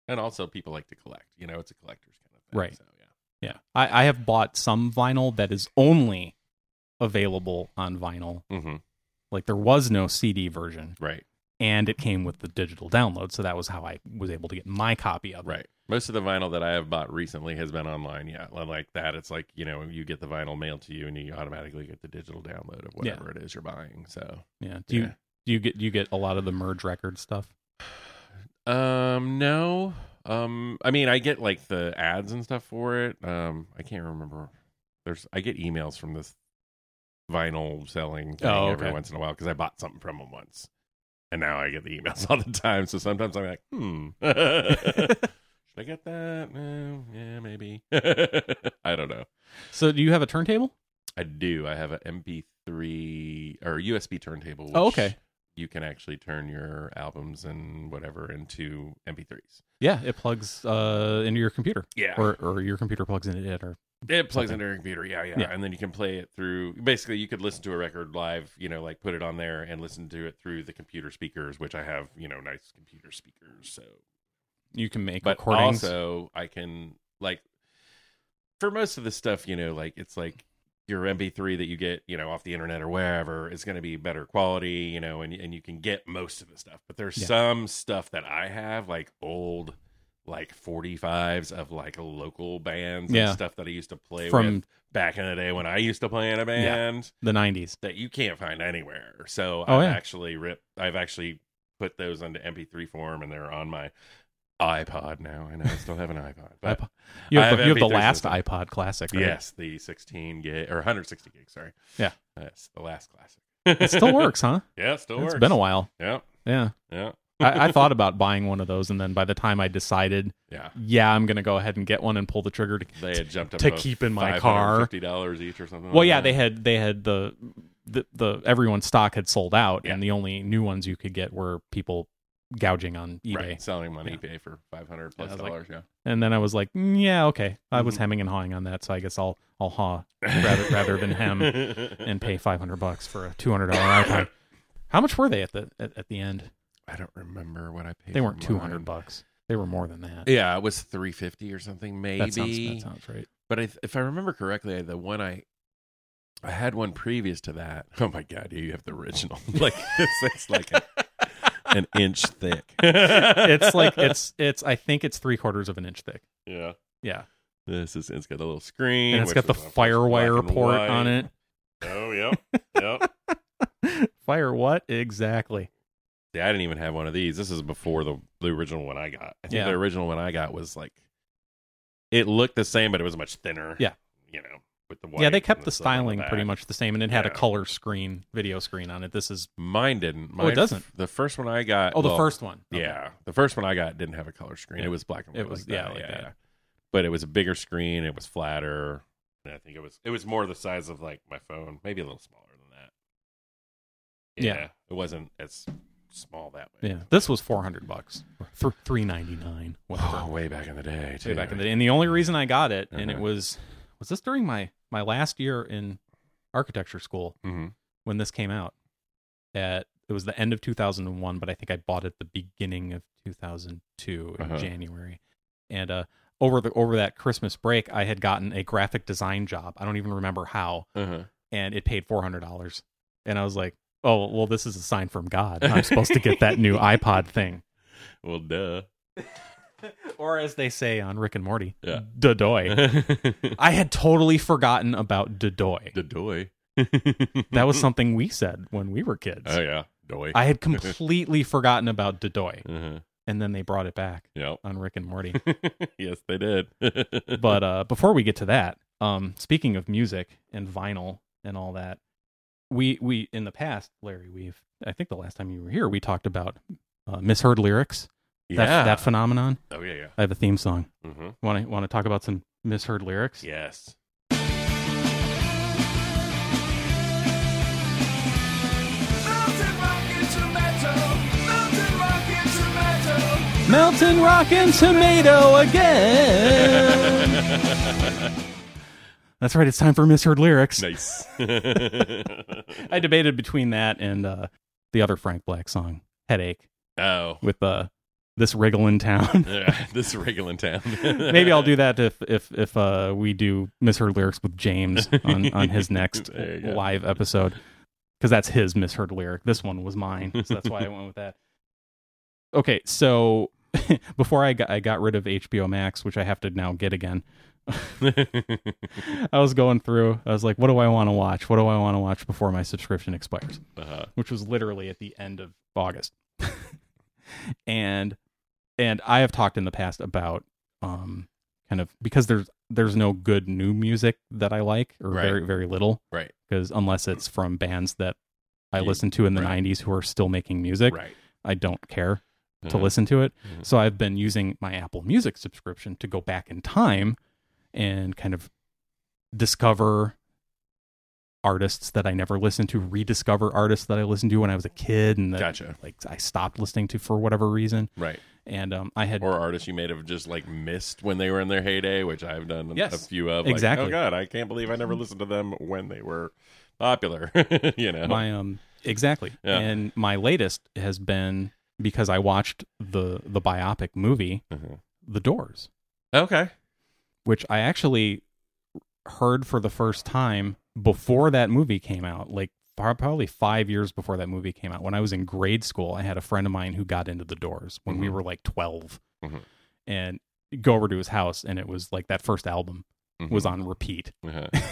S1: and also people like to collect you know it's a collector's kind of thing
S2: Right.
S1: so yeah
S2: yeah. I, I have bought some vinyl that is only available on vinyl.
S1: mm-hmm.
S2: Like there was no CD version,
S1: right
S2: and it came with the digital download, so that was how I was able to get my copy of it.
S1: right most of the vinyl that i have bought recently has been online yeah like that it's like you know you get the vinyl mailed to you and you automatically get the digital download of
S2: Yeah.
S1: whatever it is you're buying so
S2: Yeah. Do you
S1: Yeah.
S2: do you get do you get a lot of the merge record stuff?
S1: Um, no. Um, I mean, I get like the ads and stuff for it. Um, I can't remember. There's, I get emails from this vinyl selling thing
S2: Oh,
S1: every
S2: okay.
S1: once in a while because I bought something from them once, and now I get the emails all the time. So sometimes I'm like, hmm, should I get that? No, yeah, maybe. I don't know.
S2: So do you have a turntable?
S1: I do. I have an MP3 or USB turntable. Which
S2: Oh, okay.
S1: You can actually turn your albums and whatever into MP3s.
S2: Yeah, it plugs uh into your computer.
S1: Yeah.
S2: Or or your computer plugs into it or
S1: It plugs
S2: something.
S1: into your computer, yeah, yeah,
S2: Yeah.
S1: and then you can play it through. Basically, you could listen to a record live, you know, like put it on there and listen to it through the computer speakers, which I have, you know, nice computer speakers. So,
S2: you can make
S1: but
S2: recordings.
S1: also I can like for most of the stuff, you know, like it's like your MP3 that you get, you know, off the internet or wherever is going to be better quality, you know, and and you can get most of the stuff. But there's
S2: Yeah.
S1: some stuff that I have, like old. Like 45s of like local bands
S2: Yeah.
S1: and stuff that I used to play with
S2: from
S1: back in the day when I used to play in a band
S2: the 90s.
S1: that you can't find anywhere. So
S2: Oh,
S1: I've
S2: yeah.
S1: actually ripped I've actually put those onto MP3 form and they're on my iPod now. I know I still have an iPod. But
S2: iPod. You
S1: I
S2: have,
S1: have
S2: the, you have the
S1: MP3s
S2: last
S1: system.
S2: iPod classic, right?
S1: yes, the 16 gig or 160 gig, sorry.
S2: Yeah.
S1: That's the last classic.
S2: It still works, huh?
S1: Yeah, it still
S2: It's
S1: works.
S2: been a while.
S1: Yeah.
S2: Yeah.
S1: Yeah.
S2: I, I thought about buying one of those and then by the time I decided,
S1: Yeah.
S2: yeah, I'm gonna go ahead and get one and pull the trigger to
S1: They had jumped up
S2: To
S1: about
S2: keep in my car.
S1: $550 each or something.
S2: Well,
S1: like
S2: yeah,
S1: that.
S2: they had they had the the, the everyone's stock had sold out,
S1: Yeah.
S2: and the only new ones you could get were people gouging on eBay.
S1: Right, selling them on
S2: Yeah.
S1: eBay for 500
S2: Yeah, I
S1: plus
S2: was like-
S1: dollars, yeah.
S2: And then I was like, "Mm, yeah, okay. I was
S1: Mhm.
S2: hemming and hawing on that, so I guess I'll I'll haw rather rather than hem and pay five hundred bucks for a two hundred dollar iPod. How much were they at the at, at the end?
S1: I don't remember what I paid.
S2: They
S1: for
S2: weren't two
S1: mine.
S2: hundred bucks. They were more than that.
S1: Yeah, it was 350 or something maybe.
S2: that sounds that sounds right.
S1: But I, if I remember correctly, the one I I had one previous to that. Oh my god, you have the original. like this is like a, an inch thick.
S2: It's like it's it's I think it's three quarters of an inch thick.
S1: yeah.
S2: Yeah,
S1: This is it's got a little screen.
S2: and it's
S1: which
S2: got the
S1: was, of course, black
S2: FireWire
S1: and
S2: port
S1: white.
S2: on it.
S1: Oh yeah, yeah.
S2: Fire what exactly?
S1: See, I didn't even have one of these. This is before the the original one I got. I think
S2: Yeah.
S1: the original one I got was like it looked the same, but it was much thinner.
S2: Yeah.
S1: you know, with the
S2: yeah,
S1: white
S2: they
S1: and
S2: kept the
S1: stuff on
S2: styling pretty
S1: back.
S2: much the same, and it had a
S1: Yeah.
S2: color screen, video screen on it. This is
S1: Mine didn't.
S2: Oh,
S1: Mine,
S2: it doesn't?
S1: The first one I got.
S2: oh, the
S1: well,
S2: first one. Okay.
S1: Yeah, the first one I got didn't have a color screen.
S2: Yeah.
S1: It was black and
S2: It
S1: white.
S2: was-
S1: like
S2: yeah,
S1: that,
S2: like that.
S1: But it was a bigger screen. It was flatter. And I think it was it was more the size of like my phone, maybe a little smaller than that.
S2: Yeah.
S1: it wasn't as small that way.
S2: yeah. This was four hundred bucks, Th- three ninety nine,
S1: Oh,
S2: whatever.
S1: way back in the day.
S2: Way back in the
S1: too.
S2: day, and the only reason I got it, and it
S1: Uh-huh.
S2: was was this during my my last year in architecture school
S1: Mhm.
S2: when this came out. At it was the end of two thousand and one, but I think I bought it the beginning of two thousand two in
S1: Uh-huh.
S2: January, and uh. Over the over that Christmas break, I had gotten a graphic design job. I don't even remember how,
S1: Uh-huh.
S2: and it paid four hundred dollars. And I was like, "Oh, well, this is a sign from God. I'm supposed to get that new iPod thing,
S1: Well, duh.
S2: or as they say on Rick and Morty,
S1: Yeah.
S2: Dodoy."
S1: the
S2: I had totally forgotten about Dodoy.
S1: doy.
S2: That was something we said when we were kids.
S1: Oh yeah. Doy.
S2: I had completely forgotten about Dodoy,
S1: uh-huh.
S2: and then they brought it back
S1: Yep.
S2: on Rick and Morty.
S1: yes, they did.
S2: but uh, before we get to that, um, speaking of music and vinyl and all that, we we in the past, Larry, we've I think the last time you were here, we talked about uh, misheard lyrics. That, that phenomenon.
S1: oh yeah, yeah.
S2: I have a theme song.
S1: Mm-hmm.
S2: Want to want to talk about some misheard lyrics?
S1: Yes.
S2: Melting rock and tomato again. That's right. It's time for misheard lyrics.
S1: Nice.
S2: I debated between that and uh, the other Frank Black song, "Headache,"
S1: oh,
S2: with uh, this wriggle in town.
S1: Yeah, this Regulin town.
S2: Maybe I'll do that if if if uh, we do misheard lyrics with James on on his next
S1: There you go.
S2: live episode because that's his misheard lyric. This one was mine, so that's why I went with that. Okay, so before I got I got rid of HBO Max, which I have to now get again. I was going through. I was like, what do I want to watch? What do I want to watch before my subscription expires?
S1: Uh-huh.
S2: which was literally at the end of August. and and I have talked in the past about um kind of because there's there's no good new music that I like or
S1: Right.
S2: very very little
S1: Right.
S2: because unless it's from bands that I
S1: Ye-
S2: listened to in the
S1: right.
S2: 90s who are still making music,
S1: Right.
S2: I don't care to
S1: Uh-huh.
S2: listen to it.
S1: Mhm.
S2: So I've been using my Apple Music subscription to go back in time and kind of discover artists that I never listened to, rediscover artists that I listened to when I was a kid and that
S1: Gotcha.
S2: like I stopped listening to for whatever reason.
S1: Right.
S2: And um I had
S1: Or artists you may have just like missed when they were in their heyday, which I've done a
S2: Yes.
S1: few of. Like,
S2: Exactly. Mm-hmm.
S1: Oh God, I can't believe I never listened to them when they were popular. you know.
S2: my um exactly.
S1: Yeah.
S2: And my latest has been because I watched the the biopic movie
S1: Uh-huh.
S2: The Doors.
S1: Okay.
S2: which I actually heard for the first time before that movie came out, like par- probably five years before that movie came out. When I was in grade school, I had a friend of mine who got into the doors when we
S1: Mhm.
S2: were like 12
S1: Mhm.
S2: and go over to his house. And it was like that first album was on repeat.
S1: Mm-hmm.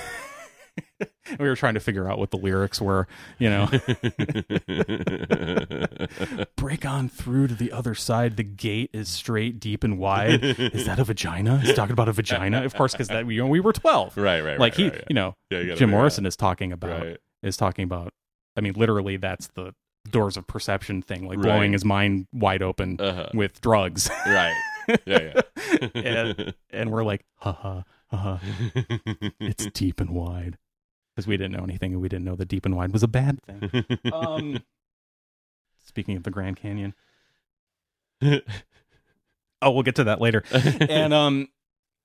S1: Uh-huh.
S2: We were trying to figure out what the lyrics were, you know, break on through to the other side. The gate is straight, deep and wide. Is that a vagina? He's talking about a vagina. Of course, because that we, we were 12.
S1: right. Right. right,
S2: like he,
S1: right,
S2: you know,
S1: yeah. Yeah, you gotta
S2: Jim
S1: figure it
S2: Morrison is talking about
S1: out. Right.
S2: is talking about. I mean, literally, that's the doors of perception thing, like
S1: Right.
S2: blowing his mind wide open
S1: Uh-huh.
S2: with drugs,
S1: Right. Yeah. Yeah.
S2: and, and we're like, ha ha ha ha, it's deep and wide, because we didn't know anything, and we didn't know that deep and wide was a bad thing. Um, speaking of the Grand Canyon, oh, we'll get to that later. and um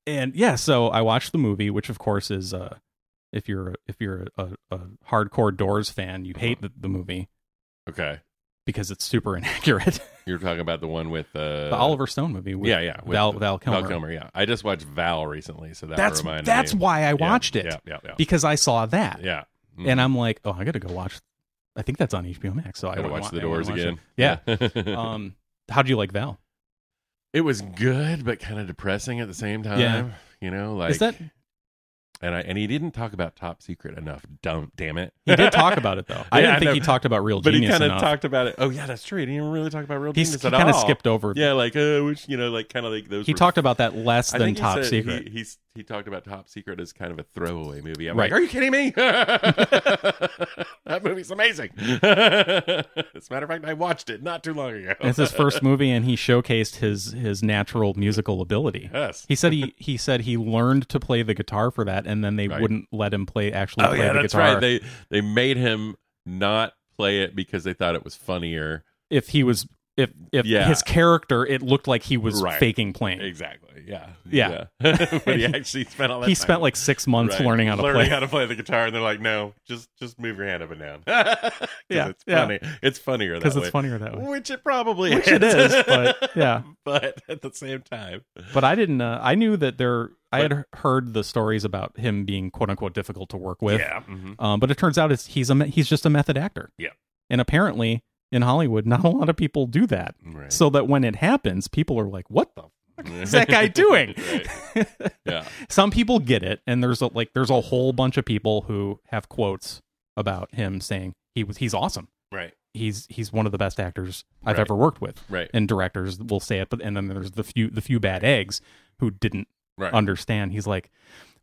S2: and yeah so i watched the movie which of course is uh if you're if you're a, a hardcore doors fan you
S1: Uh-huh.
S2: hate the, the movie
S1: okay.
S2: because it's super inaccurate
S1: You're talking about the one with uh,
S2: the oliver stone movie with
S1: yeah, yeah, with
S2: val,
S1: the-
S2: val kilmer,
S1: yeah. I just watched Val recently, so that
S2: that's
S1: reminded
S2: that's
S1: me.
S2: why i
S1: Yeah,
S2: watched it
S1: Yeah, yeah, yeah.
S2: because i saw that
S1: yeah. Mm.
S2: and i'm like oh i gotta go watch i think that's on hbo max so i
S1: gotta
S2: went and
S1: watch
S2: wa-
S1: the
S2: I went
S1: doors
S2: and watched
S1: again.
S2: Yeah.
S1: Yeah.
S2: it. um how'd you like val
S1: it was good, but kind of depressing at the same time.
S2: Yeah.
S1: You know, like
S2: is that
S1: and I and he didn't talk about top secret enough. Dumb, damn it.
S2: he did talk about it though i
S1: Yeah,
S2: didn't
S1: I
S2: think
S1: know.
S2: he talked about real
S1: but he
S2: genius
S1: kind of
S2: enough.
S1: talked about it. Oh yeah, that's true. He didn't even really talk about real
S2: He's-
S1: genius
S2: he
S1: at
S2: kind of
S1: all.
S2: skipped over
S1: Yeah, like uh, which you know, like kind of like those.
S2: he
S1: were
S2: talked about that less
S1: I
S2: than
S1: think he
S2: top
S1: said
S2: secret
S1: He, he's, he talked about Top Secret as kind of a throwaway movie. I'm
S2: Right.
S1: like, are you kidding me? that movie's amazing. as a matter of fact, I watched it not too long ago.
S2: And it's his first movie, and he showcased his his natural musical ability.
S1: yes.
S2: He said he he said he learned to play the guitar for that, and then they
S1: Right.
S2: wouldn't let him play actually
S1: oh
S2: play
S1: yeah,
S2: the
S1: that's
S2: guitar
S1: right. They they made him not play it because they thought it was funnier.
S2: if he was if if
S1: Yeah.
S2: his character it looked like he was
S1: Right.
S2: faking playing.
S1: Exactly. Yeah.
S2: Yeah.
S1: but he actually spent all that.
S2: He
S1: time
S2: spent like six months
S1: Right.
S2: learning how to play.
S1: how to play the guitar, and they're like, "No, just just move your hand up and down." 'Cause
S2: Yeah,
S1: it's
S2: yeah.
S1: funny. It's funnier that
S2: because
S1: way.
S2: it's funnier that way.
S1: which it probably
S2: Which
S1: is.
S2: it is, but yeah.
S1: but at the same time,
S2: But I didn't. Uh, I knew that there. I
S1: But-
S2: had heard the stories about him being quote unquote difficult to work with.
S1: yeah, mhm.
S2: Um, but it turns out it's, he's a me- he's just a method actor.
S1: Yeah.
S2: And apparently in Hollywood, not a lot of people do that.
S1: right.
S2: So that when it happens, people are like, "What the
S1: is
S2: is that guy doing?"
S1: Yeah,
S2: Some people get it, and there's a, like there's a whole bunch of people who have quotes about him saying he was he's awesome.
S1: right.
S2: he's he's one of the best actors I've
S1: Right.
S2: ever worked with.
S1: Right.
S2: And directors will say it, but and then there's the few the few bad eggs who didn't
S1: Right.
S2: understand. He's like,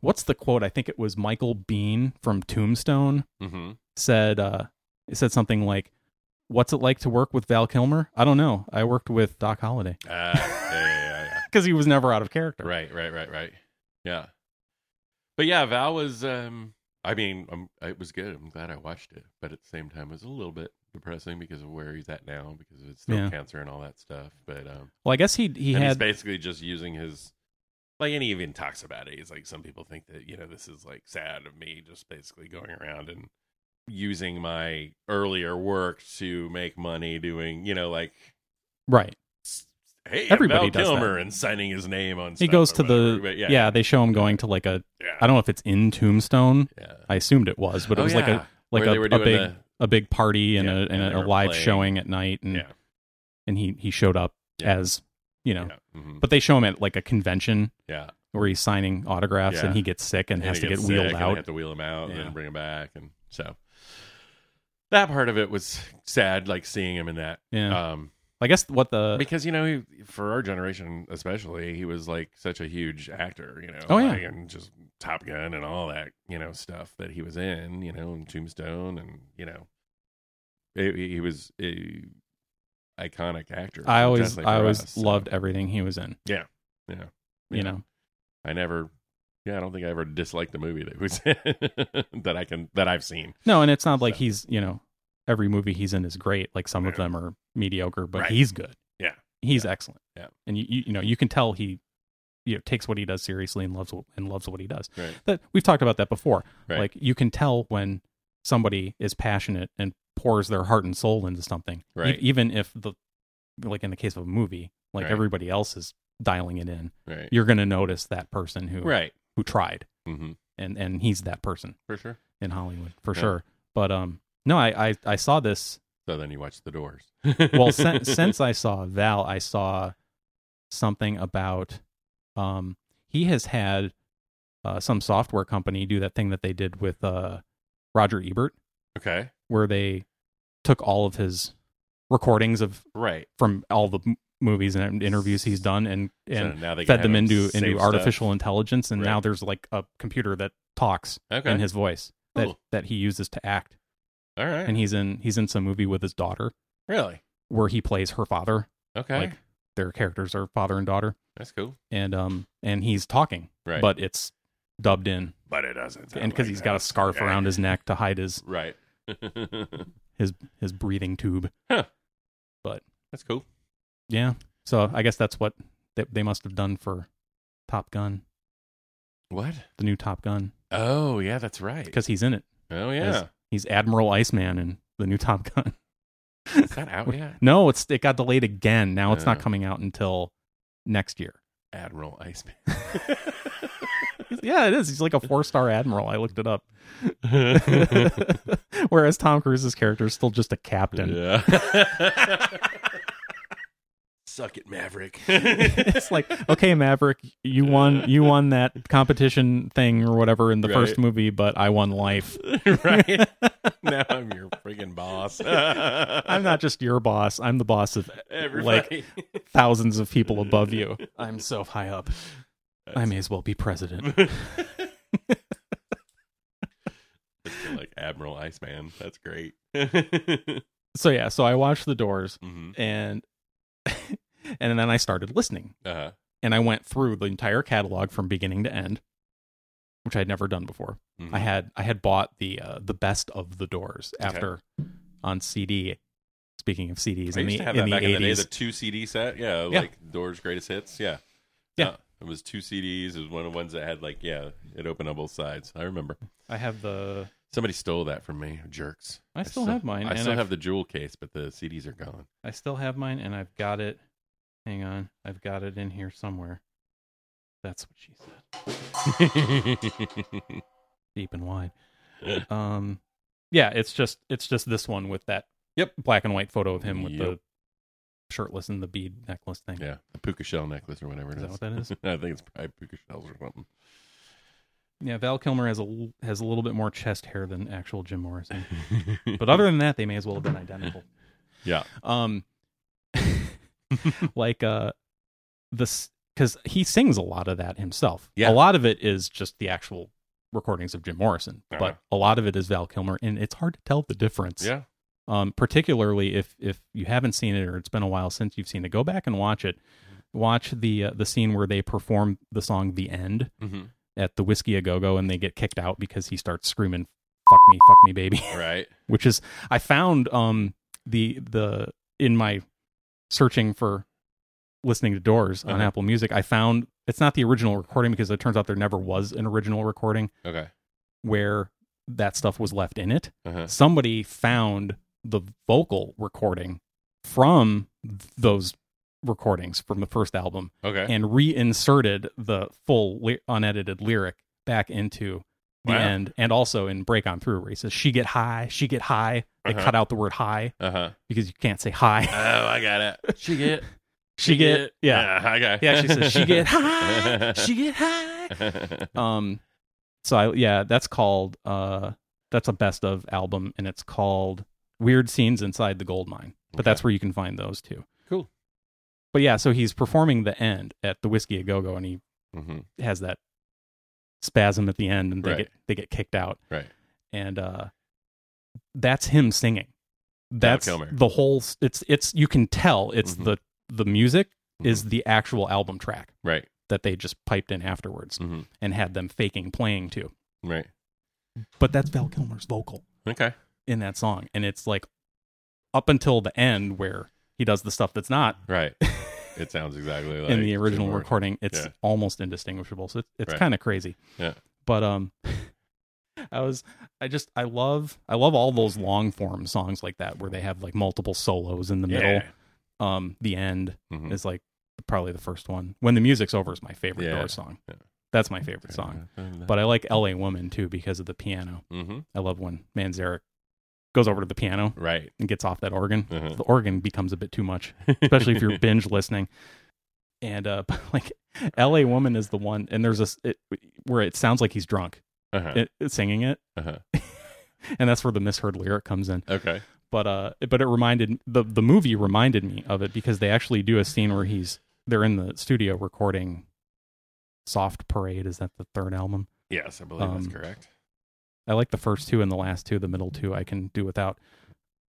S2: what's the quote? I think it was Michael Bean from Tombstone
S1: hmm
S2: said uh it said something like what's it like to work with Val Kilmer? I don't know. I worked with Doc Holliday
S1: Uh, yeah, yeah, yeah, yeah.
S2: because he was never out of character.
S1: Right, right, right, right. Yeah. But yeah, Val was. um I mean, um it was good. I'm glad I watched it, but at the same time, it was a little bit depressing because of where he's at now, because of his throat
S2: Yeah.
S1: cancer and all that stuff. But um,
S2: Well, I guess he he
S1: and he's
S2: had
S1: basically just using his like and he even talks about it he's like some people think that you know this is like sad of me just basically going around and using my earlier work to make money doing you know like
S2: right.
S1: hey
S2: Everybody
S1: everybody Val
S2: does
S1: Kilmer
S2: that.
S1: and signing his name on
S2: He
S1: stuff
S2: goes
S1: or
S2: to the
S1: whatever, but
S2: yeah.
S1: yeah yeah,
S2: They show him going to like a I don't know if it's in Tombstone.
S1: yeah.
S2: I assumed it was, but it
S1: Oh,
S2: was like
S1: yeah.
S2: a like
S1: Where
S2: a,
S1: they were
S2: a
S1: doing
S2: big
S1: the-
S2: a big party and
S1: Yeah,
S2: a
S1: and
S2: and
S1: they
S2: a
S1: were
S2: live
S1: playing.
S2: showing at night and
S1: yeah,
S2: and he he showed up
S1: Yeah.
S2: as you know.
S1: yeah, mhm,
S2: But they show him at like a convention
S1: yeah.
S2: where he's signing autographs
S1: Yeah.
S2: and he gets sick and,
S1: And
S2: has
S1: he
S2: to get
S1: gets sick
S2: wheeled
S1: and they
S2: out.
S1: have to wheel him out and
S2: Yeah.
S1: then bring him back, and so that part of it was sad, like seeing him in that.
S2: yeah.
S1: Um,
S2: I guess what the
S1: because you know he, for our generation especially he was like such a huge actor you know
S2: Oh, yeah.
S1: like, and just top gun and all that you know stuff that he was in you know and tombstone and you know it, he was a iconic actor
S2: I always
S1: definitely for
S2: I always
S1: us, so,
S2: loved everything he was in.
S1: yeah
S2: You know.
S1: i never yeah i don't think i ever disliked the movie that he was in that i can that i've seen
S2: No, and it's not like
S1: So.
S2: he's you know every movie he's in is great. Like some of
S1: Yeah.
S2: them are mediocre, but
S1: Right.
S2: he's good.
S1: Yeah.
S2: he's excellent.
S1: Yeah.
S2: and you, you you know you can tell he you know takes what he does seriously and loves what- and loves what he does.
S1: right
S2: That we've talked about that before.
S1: Right.
S2: Like you can tell when somebody is passionate and pours their heart and soul into something, E-
S1: Right.
S2: even if the like in the case of a movie, like
S1: Right.
S2: everybody else is dialing it in,
S1: right
S2: you're going to notice that person who
S1: right
S2: who tried,
S1: hmm
S2: and and he's that person
S1: for sure
S2: in Hollywood for
S1: Yeah.
S2: sure. But um, no, I I, I saw this.
S1: so then you watch the doors
S2: Well, since since I saw Val, I saw something about um he has had uh, some software company do that thing that they did with uh Roger Ebert,
S1: okay
S2: where they took all of his recordings of
S1: right
S2: from all the m- movies and interviews he's done and and
S1: so now they can
S2: fed
S1: have
S2: them
S1: him
S2: into
S1: save
S2: into
S1: stuff.
S2: artificial intelligence and now
S1: Right.
S2: there's like a computer that talks
S1: okay
S2: in his voice that
S1: Cool.
S2: that he uses to act
S1: all right
S2: and he's in he's in some movie with his daughter
S1: Really?
S2: where he plays her father.
S1: Okay.
S2: Like their characters are father and daughter,
S1: That's cool.
S2: and um and he's talking,
S1: Right.
S2: but it's dubbed in,
S1: But it doesn't.
S2: and because
S1: he's
S2: he's got a scarf
S1: Yeah.
S2: around his neck to hide his
S1: Right.
S2: his his breathing tube.
S1: That's cool.
S2: Yeah, so I guess that's what they, they must have done for Top Gun,
S1: What?
S2: the new Top Gun,
S1: Oh, yeah, that's right.
S2: because he's in it.
S1: Oh, yeah.
S2: He's Admiral Iceman in the new Top Gun.
S1: Is that out yet?
S2: No, it's it got delayed again. Now it's not
S1: Uh.
S2: coming out until next year.
S1: Admiral Iceman.
S2: Yeah, it is. He's like a four star admiral. I looked it up. Whereas Tom Cruise's character is still just a captain.
S1: yeah. Suck it, Maverick.
S2: It's like, oh. okay, Maverick, you won you won that competition thing or whatever in the
S1: Right.
S2: first movie, but I won life.
S1: right? Now I'm your friggin' boss.
S2: I'm not just your boss. I'm the boss of
S1: Everybody.
S2: thousands of people above you. I'm so high up. I may as well be president.
S1: Like, Admiral Iceman. That's great. mm-hmm.
S2: So yeah, so I watched The Doors and and then I started listening.
S1: Uh-huh.
S2: And I went through the entire catalog from beginning to end, which I'd never done before.
S1: Mhm.
S2: I had I had bought the uh, the best of the Doors
S1: Okay.
S2: after on CD. Speaking of CDs,
S1: I
S2: in
S1: used
S2: the
S1: to have
S2: in
S1: that
S2: the
S1: back in the day, the
S2: eighties,
S1: two CD set. Yeah,
S2: Yeah.
S1: like Doors Greatest Hits. Yeah.
S2: Yeah.
S1: it was two CDs. It was one of the ones that had like, yeah, it opened on both sides. I remember.
S2: I have the
S1: Somebody stole that from me. Jerks.
S2: I still have mine,
S1: I
S2: and
S1: still
S2: I've-
S1: have the jewel case, but the CDs are gone.
S2: I still have mine, and I've got it. Hang on, I've got it in here somewhere. That's what she said, deep and wide. um, yeah, it's just it's just this one with that
S1: Yep.
S2: black and white photo of him with the
S1: Yep.
S2: shirtless and the bead necklace thing.
S1: yeah, the puka shell necklace or whatever it is.
S2: Is that what that is?
S1: I think it's probably puka shells or something.
S2: Yeah, Val Kilmer has a l- has a little bit more chest hair than actual Jim Morrison, but other than that, they may as well have been identical.
S1: Yeah.
S2: Um, like uh, this because he sings a lot of that himself.
S1: Yeah.
S2: A lot of it is just the actual recordings of Jim Morrison,
S1: Uh-huh.
S2: but a lot of it is Val Kilmer, and it's hard to tell the difference.
S1: Yeah.
S2: Um, particularly if if you haven't seen it or it's been a while since you've seen it, go back and watch it. Watch the uh, the scene where they perform the song "The End."
S1: hmm
S2: at the whiskey a go go and they get kicked out because he starts screaming fuck me fuck me baby
S1: Right.
S2: which is i found um the the in my searching for listening to doors on
S1: Uh-huh.
S2: apple music i found it's not the original recording because it turns out there never was an original recording
S1: Okay.
S2: where that stuff was left in it
S1: Uh-huh.
S2: somebody found the vocal recording from th- those recordings from the first album
S1: Okay.
S2: and reinserted the full ly- unedited lyric back into the
S1: Wow.
S2: end and also in break on through where he says she get high she get high they
S1: Uh-huh.
S2: cut out the word high
S1: Uh huh.
S2: because you can't say high
S1: Oh, I got it. She get.
S2: she get yeah
S1: I got.
S2: yeah she says she get high she get high um so i yeah that's called uh that's a best of album and it's called weird scenes inside the gold mine but
S1: Okay.
S2: that's where you can find those too
S1: Cool.
S2: but yeah so he's performing the end at the whiskey a go-go and he
S1: hmm
S2: has that spasm at the end and they
S1: Right.
S2: get they get kicked out
S1: Right.
S2: and uh that's him singing that's
S1: Kilmer.
S2: the whole s- it's it's you can tell it's
S1: Mhm.
S2: the the music
S1: Mm-hmm.
S2: is the actual album track
S1: Right.
S2: that they just piped in afterwards
S1: Mhm.
S2: and had them faking playing to
S1: Right.
S2: but that's Val Kilmer's vocal
S1: Okay.
S2: in that song and it's like up until the end where he does the stuff that's not
S1: Right. It sounds exactly like
S2: in the original
S1: Jim Morrison.
S2: recording it's
S1: Yeah.
S2: almost indistinguishable so it's, it's
S1: Right.
S2: kind of crazy
S1: Yeah.
S2: but um i was i just i love i love all those long form songs like that where they have like multiple solos in the middle
S1: Yeah.
S2: um the end
S1: Mhm.
S2: is like probably the first one when the music's over is my favorite
S1: Yeah.
S2: Doors song
S1: Yeah.
S2: that's my favorite song but i like la woman too because of the piano
S1: hmm
S2: i love when manzarek goes over to the piano
S1: Right.
S2: and gets off that organ
S1: Uh-huh.
S2: the organ becomes a bit too much especially if you're binge listening. And uh, like L.A. Woman is the one, and there's a s- it, where it sounds like he's drunk
S1: Uh-huh.
S2: it, it- singing it,
S1: Uh-huh.
S2: and that's where the misheard lyric comes in.
S1: Okay.
S2: But uh, but it reminded the the movie reminded me of it because they actually do a scene where he's they're in the studio recording. Soft Parade is that the third album?
S1: Yes, I believe
S2: Um,
S1: that's correct.
S2: I like the first two and the last two. The middle two I can do without.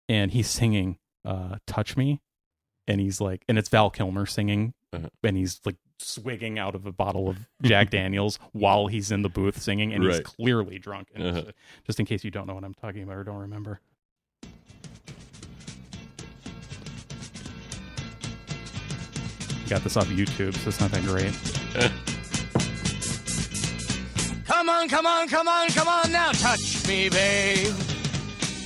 S2: And he's singing uh, "Touch Me," and he's like, and it's Val Kilmer singing,
S1: Uh-huh.
S2: and he's like swigging out of a bottle of Jack Daniels while he's in the booth singing, and he's
S1: Right.
S2: clearly drunk. And
S1: Uh-huh.
S2: it's- just in case you don't know what I'm talking about or don't remember, got this off YouTube, so it's not that great.
S5: Come on, come on, come on, come on now, touch me, babe.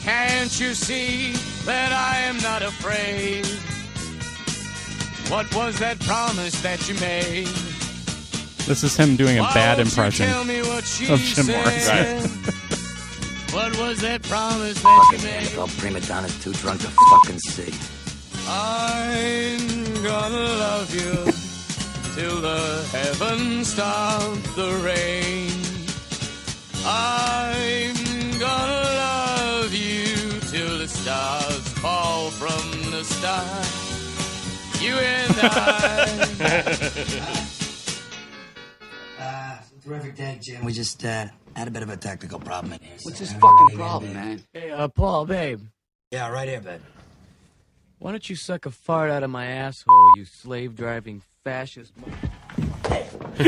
S5: Can't you see that I am not afraid? What was that promise that you made?
S2: This is him doing a
S5: Why
S2: bad
S5: won't you
S2: impression.
S5: tell me what she
S2: of Jim
S5: said?
S2: Morrison.
S5: what was that promise that you made?
S7: All prima donna's too drunk to fucking see.
S5: I'm gonna love you till the heavens stop the rain. I'm gonna love you till the stars fall from the sky. You and I.
S7: Uh, terrific day, Jim. We just uh, had a bit of a technical problem in here. What's
S8: This fucking problem, man.
S9: Hey, uh, Paul, babe,
S7: Yeah, right here, bud.
S9: why don't you suck a fart out of my asshole, you slave driving fascist? Mo-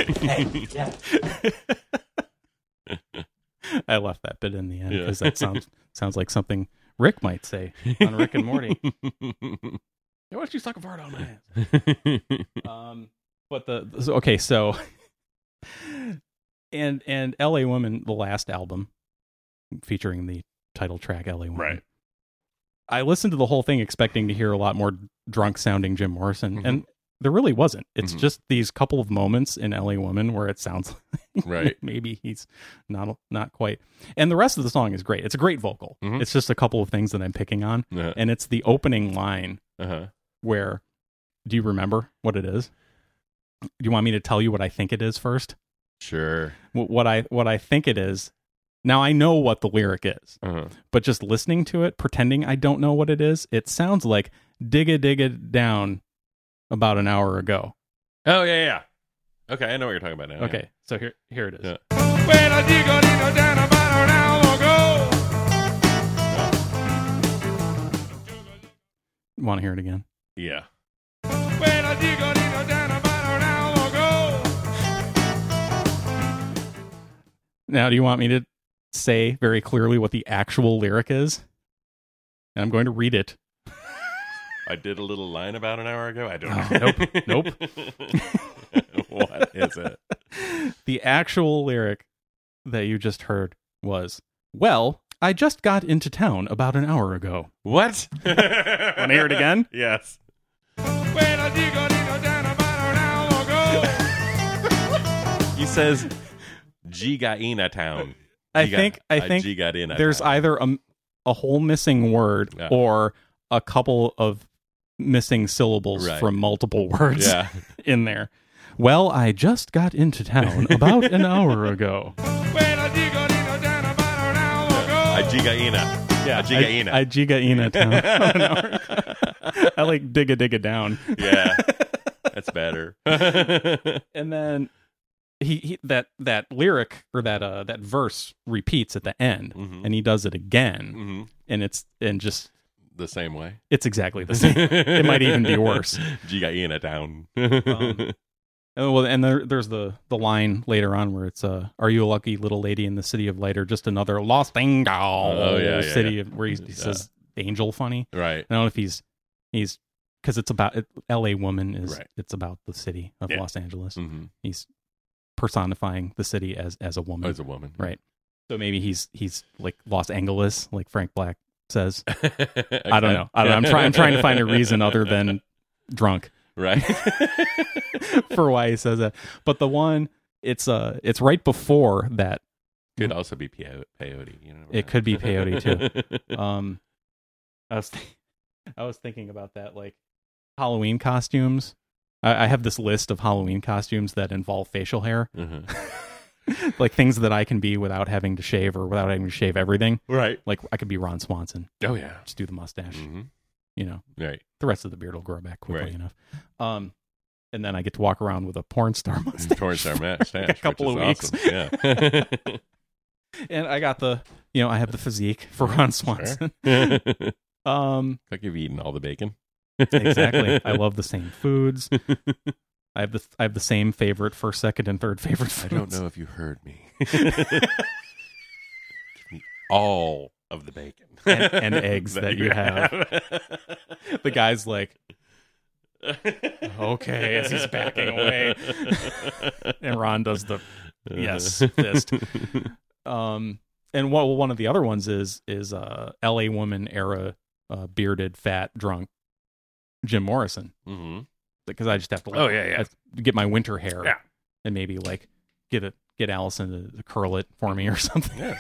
S2: I left that bit in the end
S1: Yeah.
S2: because that sounds sounds like something Rick might say on Rick and Morty. Why don't you suck a fart on my ass? Um, but the so- okay, so and and L.A. Woman, the last album featuring the title track L.A. Woman.
S1: Right.
S2: I listened to the whole thing expecting to hear a lot more drunk sounding Jim
S1: Mm-hmm.
S2: Morrison, and there really wasn't. It's
S1: Mhm.
S2: just these couple of moments in L.A. Woman where it sounds
S1: right.
S2: maybe he's not not quite and the rest of the song is great it's a great vocal
S1: Mhm.
S2: it's just a couple of things that i'm picking on
S1: Uh-huh.
S2: and it's the opening line
S1: Uh-huh.
S2: where do you remember what it is do you want me to tell you what i think it is first
S1: Sure.
S2: Wh- what i what i think it is Now I know what the lyric is,
S1: Uh-huh.
S2: but just listening to it, pretending I don't know what it is, it sounds like digga digga down about an hour ago.
S1: Oh yeah, yeah. Okay, I know what you're talking about now. yeah.
S2: Okay, so here here it is.
S1: Yeah.
S2: Want to hear it again?
S1: Yeah.
S2: Now, do you want me to say very clearly what the actual lyric is? And I'm going to read it.
S1: I did a little line about an hour ago. I don't
S2: Oh,
S1: know.
S2: nope,
S1: nope. what is it?
S2: the actual lyric that you just heard was, "Well, I just got into town about an hour ago."
S1: What? Want to
S2: hear it again?
S1: Yes. he says, "Gigaina town."
S2: I
S1: Giga-
S2: think I
S1: uh,
S2: think
S1: Gigaina
S2: there's
S1: town.
S2: either a, a whole missing word
S1: Yeah.
S2: or a couple of missing syllables
S1: Right.
S2: from multiple words
S1: yeah.
S2: in there. Well, I just got into town about an hour ago.
S1: A Gigaina. Yeah. A Gigaina.
S2: I, I giga ina town. about an hour ago. I like digga digga down.
S1: yeah. That's better. Mm-hmm. yeah.
S2: and then he, he that that lyric or that uh that verse repeats at the end
S1: Mhm.
S2: and he does it again
S1: Mhm.
S2: and it's and just
S1: The same way.
S2: it's exactly the same it might even be worse
S1: Gigaina E town.
S2: Um, oh well and there, there's the the line later on where it's uh are you a lucky little lady in the city of light or just another lost angel
S1: Oh, yeah, yeah,
S2: city
S1: yeah.
S2: Of, where he, he
S1: Yeah.
S2: says angel funny
S1: right.
S2: i don't know if he's he's because it's about it, la woman is
S1: Right.
S2: it's about the city of
S1: Yeah.
S2: los angeles
S1: Mm-hmm.
S2: he's personifying the city as as a woman
S1: As a woman.
S2: Right. So maybe he's he's like Los Angeles, like Frank Black says. I
S1: Okay.
S2: don't know. I don't, I'm trying. I'm trying to find a reason other than drunk
S1: Right.
S2: for why he says that. But the one, it's uh, it's right before that.
S1: could also be peyo- peyote. You know,
S2: It could be peyote, too. Um, I was th- I was thinking about that, like Halloween costumes. I, I have this list of Halloween costumes that involve facial hair,
S1: Uh-huh.
S2: like things that I can be without having to shave or without having to shave everything.
S1: Right.
S2: Like I could be Ron Swanson,
S1: Oh yeah.
S2: just do the mustache.
S1: hmm
S2: You know,
S1: Right.
S2: the rest of the beard will grow back quickly
S1: Right.
S2: enough. Um, and then I get to walk around with a Mm, porn star mustache.
S1: Torrance our match.
S2: a couple of weeks.
S1: Awesome. Yeah.
S2: and I got the, you know, I have the physique for Ron Swanson.
S1: like
S2: Um,
S1: you've eaten all the bacon.
S2: exactly. I love the same foods. I have the I have the same favorite first, second, and third favorite
S1: I
S2: foods.
S1: don't know if you heard me. Give me all of the bacon
S2: And- and eggs that you have. The guy's like, okay, as he's backing away, and Ron does the
S1: Uh.
S2: yes fist. Um, and what one of the other ones is is uh, L.A. woman era uh, bearded fat drunk Jim Morrison
S1: hmm
S2: because I just have to like,
S1: Oh, yeah, yeah.
S2: I- get my winter hair
S1: Yeah.
S2: and maybe like get it get Allison to curl it for me or something
S1: Yeah,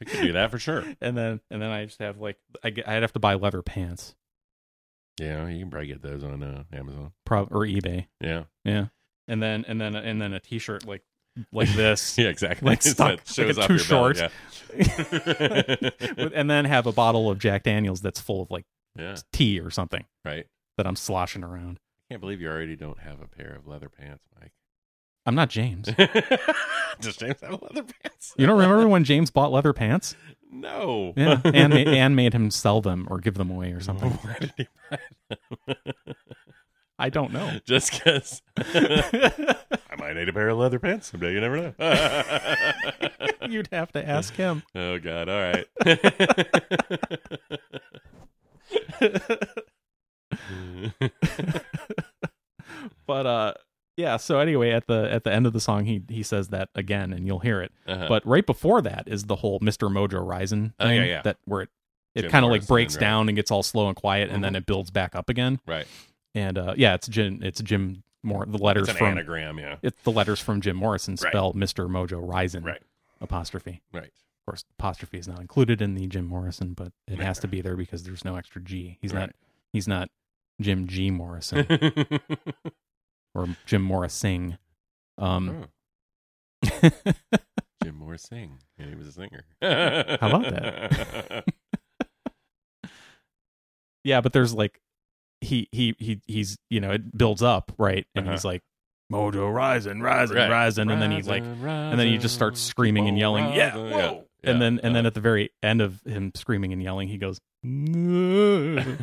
S1: I could do that for sure.
S2: and then and then I just have like I get, I'd have to buy leather pants
S1: Yeah, you can probably get those on uh, Amazon.
S2: prob- or eBay
S1: Yeah,
S2: yeah and then and then and then a t-shirt like like this
S1: yeah, exactly.
S2: Like
S1: So
S2: stuck,
S1: it shows
S2: like a
S1: off
S2: too
S1: your belly,
S2: short. With- and then have a bottle of Jack Daniels that's full of like
S1: Yeah. yeah,
S2: tea or something
S1: right.
S2: that I'm sloshing around.
S1: Can't believe you already don't have a pair of leather pants, Mike.
S2: I'm not James.
S1: Does James have leather pants?
S2: You don't remember when James bought leather pants?
S1: No.
S2: Yeah, and ma- and made him sell them or give them away or something.
S1: Why did he buy them?
S2: I don't know.
S1: Just because I might need a pair of leather pants someday. You never know.
S2: You'd have to ask him.
S1: oh God! All right.
S2: But uh yeah, so anyway, at the at the end of the song he he says that again and you'll hear it.
S1: Uh-huh.
S2: But right before that is the whole Mr. Mojo Rising.
S1: Oh, yeah,
S2: thing
S1: yeah.
S2: That where it it
S1: Jim
S2: kind of like
S1: Morrison, uh,
S2: breaks
S1: right.
S2: down and gets all slow and quiet and then
S1: Mhm.
S2: it builds back up again.
S1: right.
S2: And uh yeah, it's Jim it's Jim more the letters
S1: It's an
S2: from
S1: anagram. Yeah.
S2: it's the letters from Jim Morrison
S1: Right.
S2: spell Mr. Mojo Rising.
S1: Right.
S2: Apostrophe.
S1: Right.
S2: Of course, apostrophe is not included in the Jim Morrison, but it has to be there because there's no extra G. He's not
S1: Right.
S2: he's not Jim G Morrison
S1: Hmm.
S2: or Jim Morrising. Um
S1: Oh, Jim or sing. And he was a singer.
S2: How about that? yeah, but there's like he he he he's you know it builds up right, and
S1: Uh-huh.
S2: he's like Mojo rising, rising,
S1: Right.
S2: rising, and then he's like,
S1: and
S2: then he just starts screaming and yelling, "Yeah, whoa!" and then and then at the very end of him screaming and yelling, he goes, "No."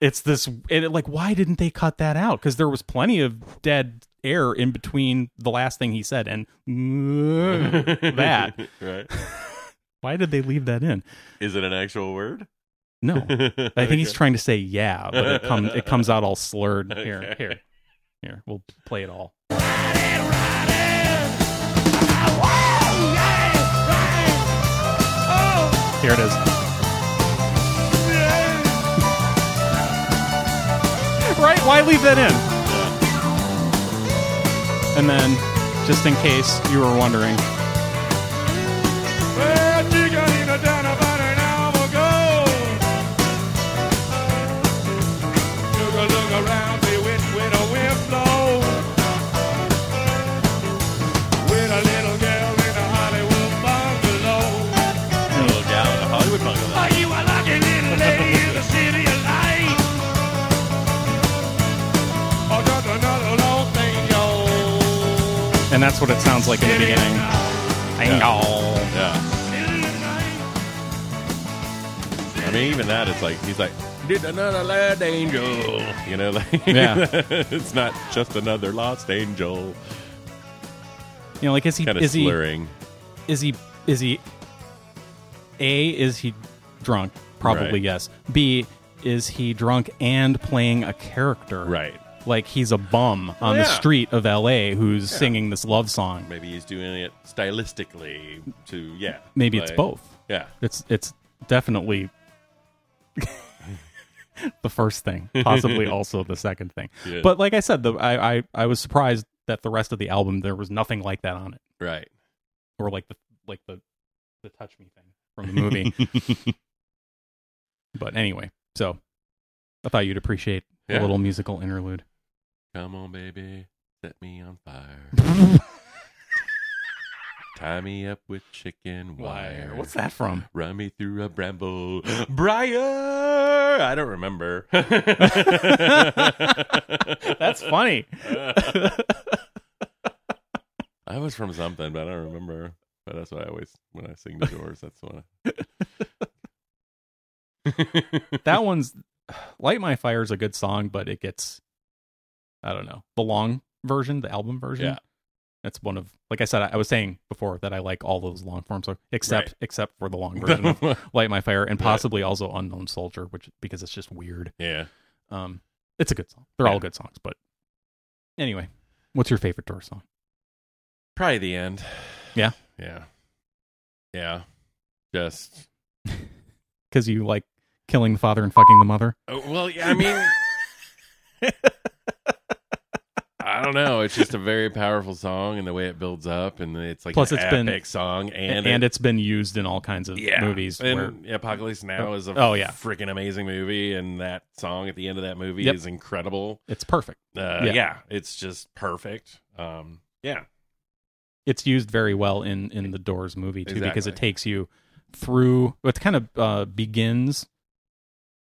S2: it's this and it, like why didn't they cut that out? Because there was plenty of dead air in between the last thing he said and that.
S1: right.
S2: Why did they leave that in?
S1: Is it an actual word?
S2: No.
S1: I
S2: I think he's trying to say yeah, but it comes it comes out all slurred. Here,
S1: Okay.
S2: here, here. We'll play it all. Here it is. right? Why leave that in? And then, just in case you were wondering,
S1: little gal in a Hollywood bungalow.
S5: Oh,
S2: and that's what it sounds like in the beginning. Yeah.
S1: Yeah. I mean, even that, it's like he's like, did another lost angel, you know? Like,
S2: Yeah.
S1: it's not just another lost angel.
S2: You know, like is he
S1: Kind of
S2: is he
S1: slurring.
S2: is he is he a is he drunk probably
S1: Right.
S2: yes b is he drunk and playing a character
S1: Right.
S2: like he's a bum on the
S1: Yeah.
S2: street of la who's singing this love song
S1: Maybe he's doing it stylistically to, yeah.
S2: maybe it's
S1: like-
S2: both
S1: Yeah.
S2: it's it's definitely the first thing possibly also the second thing
S1: Yeah.
S2: but like i said the I, I i was surprised that the rest of the album there was nothing like that on it
S1: Right.
S2: or like the like the the touch me thing from the movie. but anyway, so I thought you'd appreciate
S1: Yeah.
S2: a little musical interlude.
S1: Come on, baby. Set me on fire. Tie me up with chicken wire.
S2: What's that from?
S1: Run me through a bramble. Briar! I don't remember. That's
S2: That's funny.
S1: I was from something, but I don't remember. But that's what I always, when I sing the doors, that's what I.
S2: That one's Light My Fire is a good song, but it gets I don't know. The long version, the album version.
S1: Yeah.
S2: That's one of like I said, I, I was saying before that I like all those long forms so except except for the long version of Light My Fire and
S1: Right.
S2: possibly also Unknown Soldier, which because it's just weird.
S1: yeah.
S2: Um, it's a good song. They're all
S1: Yeah.
S2: good songs, but anyway, what's your favorite Doors song?
S1: Probably the end.
S2: Yeah?
S1: Yeah. Yeah. Just.
S2: Because you like killing the father and fucking the mother.
S1: Oh, well, yeah, I mean, I don't know. It's just a very powerful song, and the way it builds up, and it's like
S2: Plus
S1: an
S2: it's
S1: epic
S2: been-
S1: song, and
S2: And,
S1: it-
S2: it's been used in all kinds of
S1: yeah,
S2: movies. where,
S1: And Apocalypse Now is a
S2: Oh, yeah.
S1: freaking amazing movie, and that song at the end of that movie
S2: Yep.
S1: is incredible.
S2: it's perfect.
S1: Uh,
S2: Yeah.
S1: yeah. it's just perfect. Um, yeah,
S2: It's used very well in in the Doors movie too, because it
S1: Exactly.
S2: takes you through. It kind of uh, begins.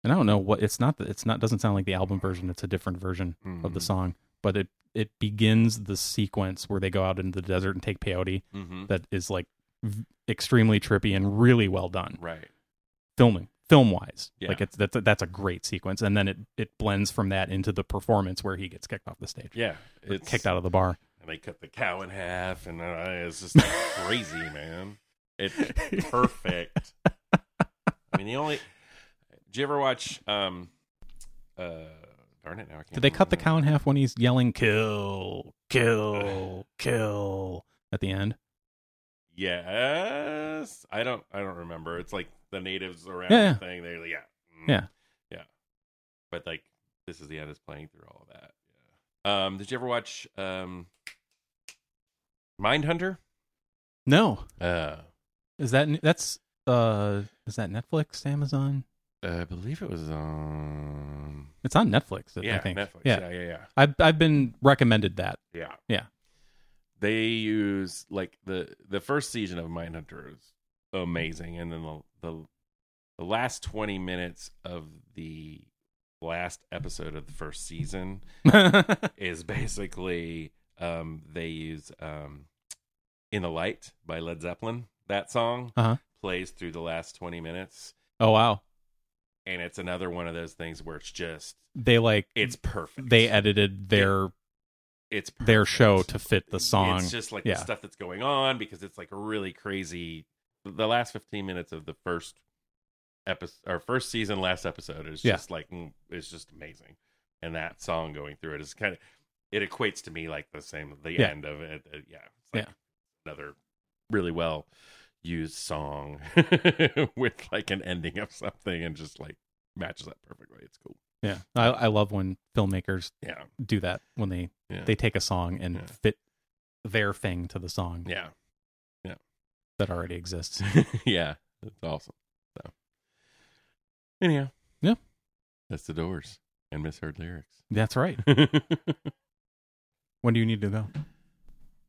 S2: And I don't know what it's not. It's not. Doesn't sound like the album version. It's a different version of the
S1: Mhm.
S2: song. But it it begins the sequence where they go out into the desert and take peyote,
S1: Mhm.
S2: that is like v- extremely trippy and really well done
S1: right.
S2: filming film wise
S1: Yeah.
S2: like it's that's a, that's a great sequence and then it it blends from that into the performance where he gets kicked off the stage
S1: Yeah,
S2: Or
S1: it's
S2: kicked out of the bar
S1: and they cut the cow in half, and uh, it's just crazy, man. It's perfect. I mean, the only. Did you ever watch? Um, uh, darn it! Now I can't.
S2: did they cut the
S1: remember.
S2: cow in half when he's yelling kill kill kill at the end
S1: Yes, I don't. I don't remember. It's like the natives around
S2: Yeah, yeah.
S1: the thing. They're like, yeah, mm,
S2: Yeah.
S1: yeah. But like, this is the end. It's playing through all of that. Yeah. Um, did you ever watch um, Mindhunter?
S2: no
S1: Uh,
S2: is that that's uh is that netflix amazon
S1: I believe it was on.
S2: it's on netflix i
S1: yeah,
S2: think
S1: Netflix.
S2: yeah
S1: yeah, yeah, yeah.
S2: I've, I've been recommended that
S1: Yeah.
S2: Yeah.
S1: they use like the the first season of Mindhunter is amazing, and then the the, the last twenty minutes of the last episode of the first season is basically um, they use um, "In the Light" by Led Zeppelin. That song
S2: Uh-huh.
S1: plays through the last twenty minutes,
S2: oh wow.
S1: and it's another one of those things where it's just
S2: They like
S1: it's perfect.
S2: they edited their
S1: it's perfect.
S2: their show to fit the song.
S1: It's just like
S2: Yeah.
S1: the stuff that's going on because it's like a really crazy. The last fifteen minutes of the first episode or first season, last episode is
S2: Yeah.
S1: just like mm, it's just amazing, and that song going through it is kind of it equates to me like the same the
S2: Yeah.
S1: end of it. uh, yeah, it's like
S2: Yeah.
S1: another really well used song with like an ending of something and just like matches up perfectly. It's cool.
S2: yeah. I, I love when filmmakers
S1: Yeah,
S2: do that when they
S1: yeah,
S2: they take a song and
S1: Yeah.
S2: fit their thing to the song
S1: yeah.
S2: that already exists.
S1: yeah, it's awesome. So, anyhow,
S2: Yeah.
S1: that's the Doors and misheard lyrics.
S2: That's right. When do you need to go?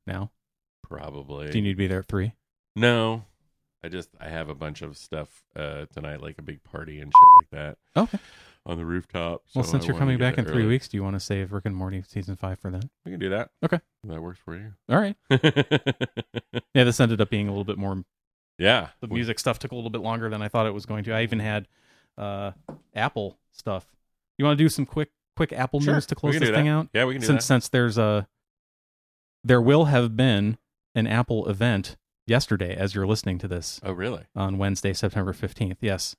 S2: Now?
S1: Probably.
S2: Do you need to be there at three?
S1: no, I just I have a bunch of stuff uh, tonight, like a big party and shit like that
S2: Okay.
S1: on the rooftop.
S2: Well,
S1: so
S2: since
S1: I
S2: you're
S1: wanna
S2: coming
S1: get
S2: back in
S1: there
S2: three
S1: early.
S2: weeks, do you want to save Rick and Morty season five for then?
S1: we can do that.
S2: Okay.
S1: If that works for you.
S2: All right. Yeah, this ended up being a little bit more.
S1: yeah,
S2: The
S1: we-
S2: music stuff took a little bit longer than I thought it was going to. I even had uh, Apple stuff. You want to do some quick quick Apple
S1: Sure,
S2: news to
S1: we
S2: close
S1: can
S2: this
S1: do
S2: thing
S1: that.
S2: out?
S1: Yeah, we can do
S2: since
S1: that.
S2: since there's a there will have been an Apple event yesterday as you're listening to this
S1: Oh, really?
S2: on Wednesday, September 15th. Yes.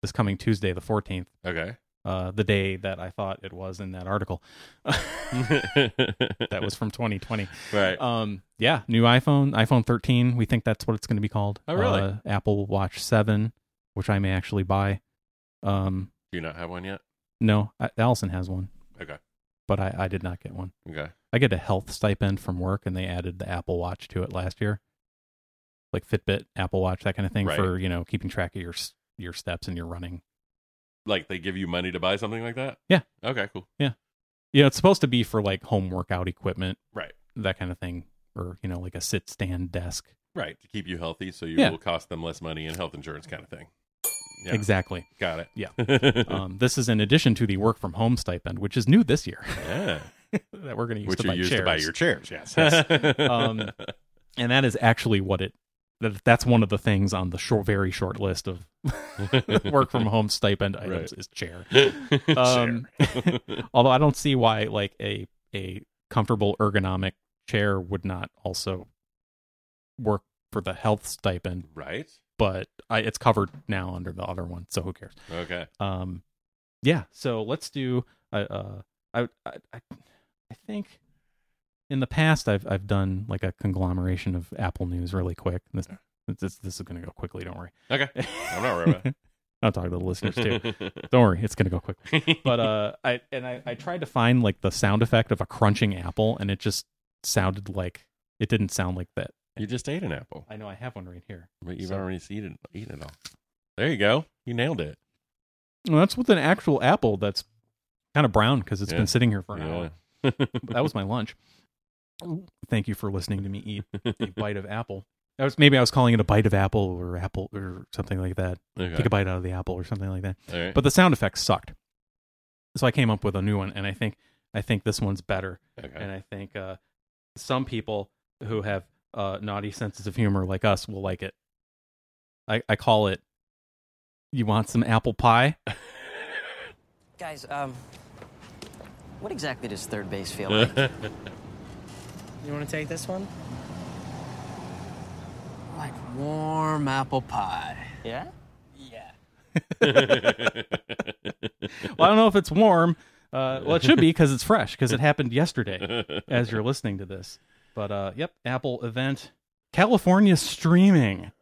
S2: This coming Tuesday, the 14th,
S1: Okay.
S2: uh, the day that I thought it was in that article.
S1: that
S2: That was from 2020.
S1: right.
S2: Um, yeah, new iPhone, iPhone 13. We think that's what it's going to be called.
S1: Oh, really?
S2: Uh, Apple Watch 7, which I may actually buy. Um,
S1: do you not have one yet?
S2: no, I, Allison has one,
S1: Okay.
S2: but I, I did not get one.
S1: Okay.
S2: I get a health stipend from work, and they added the Apple Watch to it last year, like Fitbit, Apple Watch, that kind of thing
S1: Right.
S2: for you know keeping track of your s- your steps and your running
S1: Like they give you money to buy something like that?
S2: Yeah.
S1: Okay. Cool.
S2: Yeah, it's supposed to be for like home workout equipment,
S1: Right.
S2: that kind of thing, or you know, like a sit stand desk.
S1: Right, to keep you healthy so you
S2: Yeah.
S1: will cost them less money in health insurance kind of thing. Yeah,
S2: Exactly.
S1: got it.
S2: Yeah.
S1: Yeah.
S2: um, this is in addition to the work from home stipend, which is new this year that we're going to use
S1: Which
S2: to
S1: you
S2: buy
S1: use
S2: chairs.
S1: to buy your chairs, yes.
S2: Um, and that is actually what it. that- That's one of the things on the short, very short list of work from home stipend items is chair. Um, although I don't see why like a a comfortable ergonomic chair would not also work for the health stipend,
S1: right?
S2: but I, it's covered now under the other one, so who cares?
S1: Okay.
S2: Um, yeah, so let's do. Uh, uh, I, I I I think in the past I've I've done like a conglomeration of Apple news really quick. This this, this is going to go quickly. Don't worry.
S1: Okay. I'm not worried about it.
S2: I'm talking to the listeners too. Don't worry, it's gonna go quick. But uh, I and I, I tried to find like the sound effect of a crunching apple, and it just sounded like it didn't sound like that.
S1: You just ate an apple,
S2: I know I have one right here.
S1: but you've
S2: So-
S1: already eaten, eaten it all. There you go. You nailed it.
S2: Well, that's with an actual apple that's kind of brown because it's
S1: Yeah.
S2: been sitting here for an
S1: Yeah.
S2: hour. That was my lunch. Thank you for listening to me eat a bite of apple. I was maybe I was calling it a bite of apple or apple or something like that. Take
S1: Okay.
S2: a bite out of the apple or something like that.
S1: All right.
S2: But the sound effects sucked. So I came up with a new one, and I think I think this one's better.
S1: okay.
S2: and I think uh, some people who have uh, naughty senses of humor like us will like it. I, I call it. You want some apple pie?
S8: Guys, um, what exactly does third base feel like?
S9: You want to take this one? Like warm apple pie.
S8: yeah?
S2: Well, I don't know if it's warm. Uh, well, it should be because it's fresh because it happened yesterday as you're listening to this. But uh, yep, Apple event, California streaming.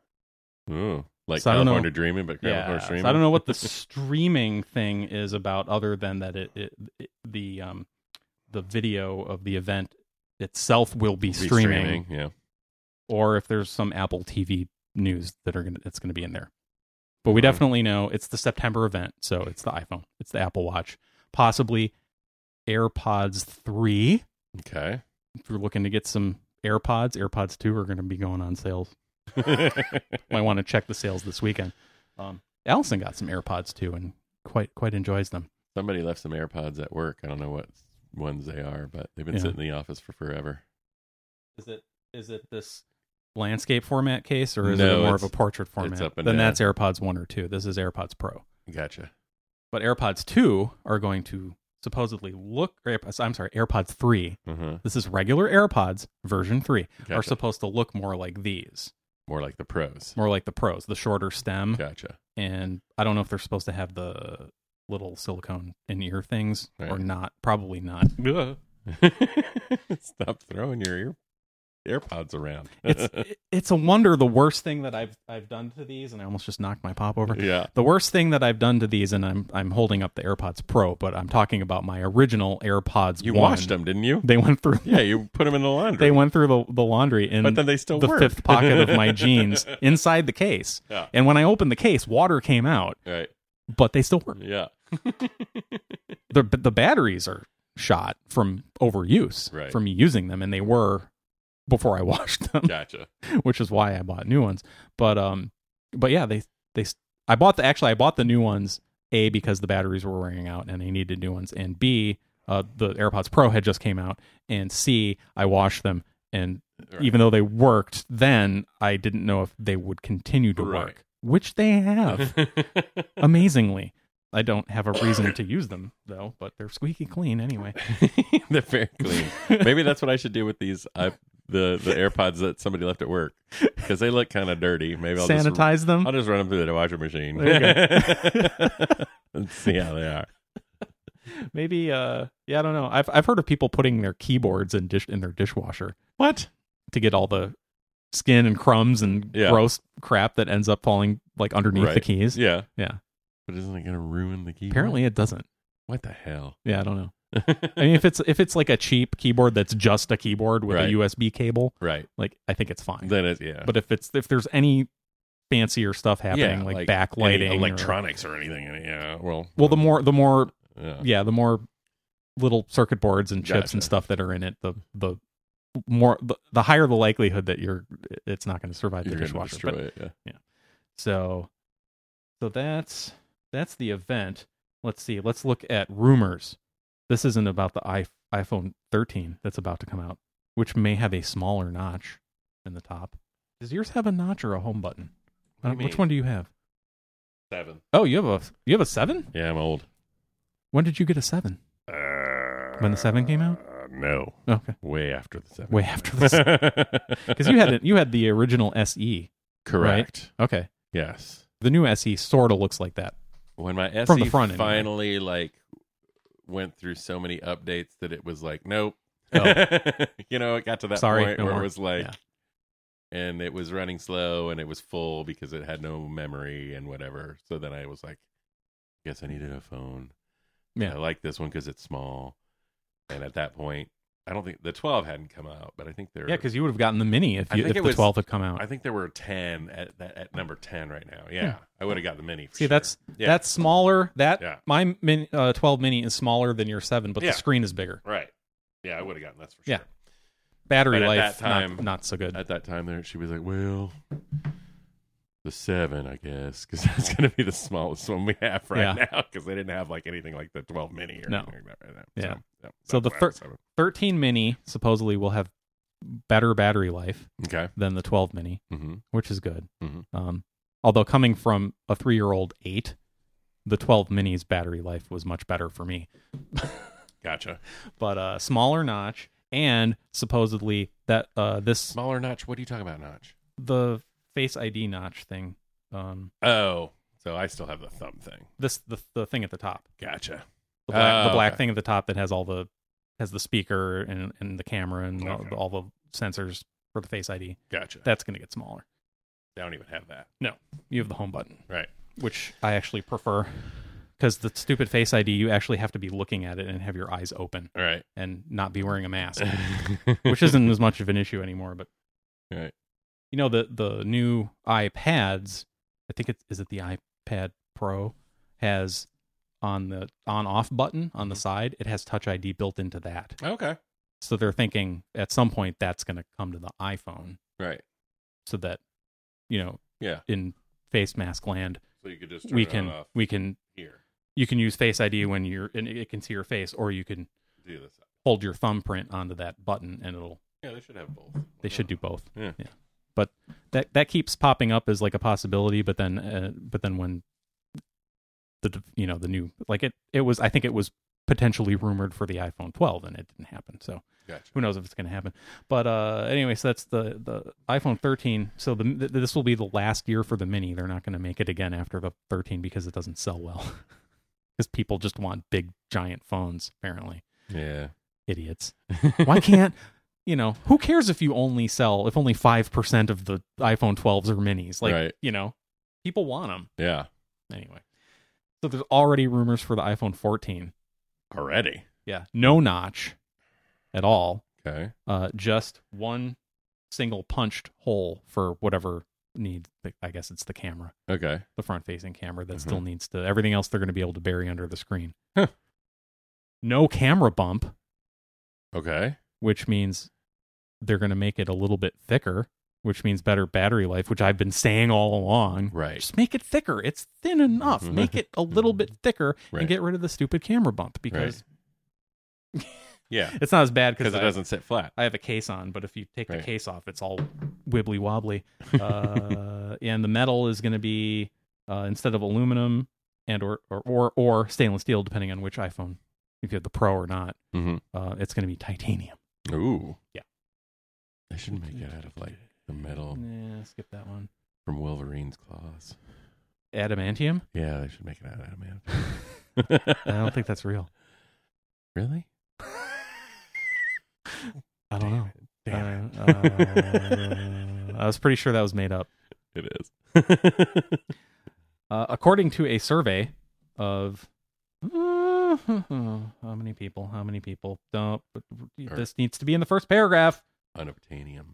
S1: Ooh, like
S2: So I don't know.
S1: California dreaming, but California
S2: so
S1: streaming.
S2: I don't know what the streaming thing is about, other than that it, it, it the um the video of the event itself will be
S1: Be
S2: streaming.
S1: Yeah.
S2: or if there's some Apple TV news that are gonna that's gonna be in there. But we definitely know it's the September event, so it's the iPhone, it's the Apple Watch, possibly AirPods three.
S1: Okay.
S2: If you're looking to get some AirPods, AirPods 2 are going to be going on sales. Might want to check the sales this weekend. Um, Allison got some AirPods too and quite quite enjoys them.
S1: Somebody left some AirPods at work. I don't know what ones they are, but they've been
S2: Yeah.
S1: sitting in the office for forever.
S2: Is it is it this landscape format case or is
S1: No,
S2: it more
S1: it's-
S2: of a portrait format?
S1: up and
S2: then
S1: down.
S2: that's AirPods 1 or 2. This is AirPods Pro.
S1: Gotcha.
S2: But AirPods 2 are going to supposedly look or Airp- I'm sorry, AirPods 3.
S1: Uh-huh.
S2: This is regular AirPods version 3 are
S1: Gotcha.
S2: supposed to look more like these,
S1: More like the pros.
S2: more like the Pros, the shorter stem.
S1: Gotcha.
S2: and I don't know if they're supposed to have the little silicone in ear things or
S1: Right.
S2: not. Probably not.
S1: Stop throwing your ear AirPods around.
S2: It's it- it's a wonder the worst thing that I've I've done to these, and I almost just knocked my pop over.
S1: yeah.
S2: The worst thing that I've done to these, and I'm I'm holding up the AirPods Pro, but I'm talking about my original AirPods.
S1: You
S2: 1.
S1: washed them, didn't you?
S2: They went through.
S1: Yeah, you put them in the laundry.
S2: They went through the, the laundry in
S1: But then they still
S2: the
S1: work.
S2: fifth pocket of my jeans inside the case.
S1: Yeah.
S2: And when I opened the case, water came out,
S1: right.
S2: but they still work.
S1: Yeah.
S2: the the batteries are shot from overuse
S1: Right.
S2: from using them and they were before I washed them
S1: Gotcha.
S2: which is why I bought new ones but um but yeah they they I bought the actually I bought the new ones a because the batteries were wearing out and I needed new ones and b uh, the AirPods Pro had just came out and c I washed them and
S1: Right.
S2: even though they worked then I didn't know if they would continue to
S1: Right.
S2: work which they have amazingly. I don't have a reason to use them though, but they're squeaky clean anyway.
S1: They're very clean. Maybe that's what I should do with these. I, the the AirPods that somebody left at work because they look kind of dirty. Maybe I'll just
S2: Sanitize them.
S1: I'll just run them through the washer machine. Let's see how they are.
S2: Maybe uh yeah, I don't know. I've I've heard of people putting their keyboards in dish in their dishwasher. What? To get all the skin and crumbs and
S1: Yeah.
S2: gross crap that ends up falling like underneath the
S1: Right.
S2: keys.
S1: Yeah,
S2: Yeah.
S1: but isn't it going to ruin the keyboard?
S2: Apparently it doesn't.
S1: what the hell?
S2: Yeah, I don't know. I mean if it's if it's like a cheap keyboard that's just a keyboard with
S1: Right.
S2: a USB cable,
S1: Right.
S2: like I think it's fine.
S1: Then it's yeah.
S2: but if it's if there's any fancier stuff happening
S1: yeah,
S2: like,
S1: any
S2: backlighting or-
S1: electronics, or anything. in it, Yeah. Well.
S2: well the more the more
S1: Yeah.
S2: yeah, the more little circuit boards and chips
S1: Gotcha.
S2: and stuff that are in it, the the more the, the higher the likelihood that you're it's not going to survive
S1: You're
S2: the
S1: going to
S2: dishwasher.
S1: destroy
S2: But-
S1: it. Yeah.
S2: so so that's that's the event. Let's see. Let's look at rumors. This isn't about the i iPhone 13 that's about to come out, which may have a smaller notch in the top. Does yours have a notch or a home button?
S1: What do
S2: I don't-
S1: you
S2: Which
S1: mean?
S2: one do you have?
S1: Seven.
S2: Oh, you have a you have a seven.
S1: Yeah, I'm old.
S2: When did you get a seven? when the seven came out?
S1: Uh, no,
S2: Okay,
S1: way after the seven.
S2: way after this. because you had it, you had the original SE.
S1: correct.
S2: Okay,
S1: Yes.
S2: the new SE sort of looks like that.
S1: when my SE
S2: From the front end,
S1: finally like went through so many updates that it was like, nope. you know, it got to that
S2: Oh. Sorry,
S1: point
S2: no
S1: where
S2: more.
S1: it was like,
S2: Yeah.
S1: and it was running slow and it was full because it had no memory and whatever. So then I was like, guess I needed a phone.
S2: Yeah.
S1: I like this one because it's small. And at that point, I don't think the 12 hadn't come out, but I think there.
S2: Yeah, because you would have gotten the mini if
S1: I
S2: you,
S1: think
S2: if the
S1: it was-
S2: twelve had come out.
S1: I think there were 10 at that at number 10 right now. Yeah,
S2: Yeah.
S1: I would have got the mini. For
S2: See,
S1: sure.
S2: that's
S1: Yeah.
S2: that's smaller. That
S1: Yeah.
S2: my min, uh, twelve mini is smaller than your seven, but
S1: Yeah.
S2: the screen is bigger.
S1: right. Yeah, I would have gotten that's for
S2: Yeah.
S1: sure.
S2: Battery
S1: But at that
S2: life,
S1: time-
S2: not, not so good.
S1: at that time there she was like well the seven i guess because that's going to be the smallest one we have right
S2: Yeah.
S1: now because they didn't have like anything like the 12 mini or
S2: No.
S1: anything like that right now
S2: Yeah.
S1: so,
S2: So
S1: that's why I
S2: the
S1: was
S2: thir-
S1: seven.
S2: Thirteen mini supposedly will have better battery life
S1: okay
S2: than the twelve mini,
S1: mm-hmm.
S2: which is good.
S1: Mhm.
S2: Um, although coming from a three-year-old eight, the twelve mini's battery life was much better for me.
S1: gotcha
S2: but uh smaller notch and supposedly that uh this
S1: smaller notch what are you talking about notch
S2: the face ID notch thing um
S1: oh so i still have the thumb thing
S2: this the the thing at the top
S1: gotcha
S2: the black, the
S1: Oh,
S2: black
S1: okay.
S2: thing at the top that has all the has the speaker and and the camera and all,
S1: Okay.
S2: all the sensors for the face ID
S1: gotcha
S2: that's going to get smaller
S1: i don't even have that
S2: you have the home button
S1: right
S2: which I actually prefer cuz the stupid face ID you actually have to be looking at it and have your eyes open
S1: all right
S2: and not be wearing a mask which isn't as much of an issue anymore but
S1: right
S2: you know the the new iPads. I think it's is it the iPad Pro has
S1: Mm-hmm.
S2: on the on off button on the side. It has Touch ID built into that,
S1: okay
S2: So they're thinking at some point that's going to come to the iPhone
S1: Right.
S2: so that, you know,
S1: Yeah.
S2: in face mask land,
S1: So you could just turn
S2: we
S1: it on
S2: can
S1: off
S2: we can
S1: here.
S2: you can use Face ID when you're and it can see your face, or you can
S1: Do this.
S2: hold your thumbprint onto that button and it'll
S1: Yeah, they should have both.
S2: they should do both.
S1: Yeah.
S2: But that that keeps popping up as like a possibility, but then uh, but then when the d- you know the new like it it was I think it was potentially rumored for the iPhone 12 and it didn't happen. So
S1: Gotcha.
S2: who knows if it's going to happen. But uh anyway, so that's the the iPhone 13. So the th- this will be the last year for the mini. They're not going to make it again after the 13 because it doesn't sell well. Cuz people just want big giant phones apparently
S1: Yeah.
S2: idiots. Why can't you know? Who cares if you only sell if only five percent of the iPhone 12s or minis? Like
S1: Right.
S2: you know, people want them
S1: Yeah.
S2: anyway. So there's already rumors for the iPhone 14.
S1: Already.
S2: Yeah, no notch at all.
S1: Okay.
S2: Uh, just one single punched hole for whatever need. I guess it's the camera,
S1: Okay.
S2: the front-facing camera that
S1: Mhm.
S2: still needs to. Everything else they're going to be able to bury under the screen.
S1: Huh.
S2: No camera bump.
S1: Okay.
S2: which means they're going to make it a little bit thicker, which means better battery life, which I've been saying all along.
S1: Right.
S2: Just make it thicker. It's thin enough.
S1: Mhm.
S2: Make it a little bit thicker
S1: Right.
S2: and get rid of the stupid camera bump because
S1: Yeah.
S2: it's not as bad
S1: Because
S2: because
S1: it doesn't sit flat.
S2: I have a case on, but if you take
S1: Right.
S2: the case off, it's all wibbly wobbly. Uh, and the metal is going to be uh, instead of aluminum and or, or or or stainless steel, depending on which iPhone, if you have the Pro or not,
S1: Mm-hmm.
S2: uh, it's going to be titanium.
S1: Ooh.
S2: Yeah.
S1: They should make it out of like the metal
S2: Nah, skip that one.
S1: from Wolverine's claws.
S2: Adamantium?
S1: Yeah, they should make it out of adamantium.
S2: I don't think that's real.
S1: really.
S2: I don't know.
S1: Damn
S2: I don't- uh, I was pretty sure that was made up.
S1: It is.
S2: Uh, according to a survey of how many people? How many people? Don't. This needs to be in the first paragraph.
S1: Unobtainium.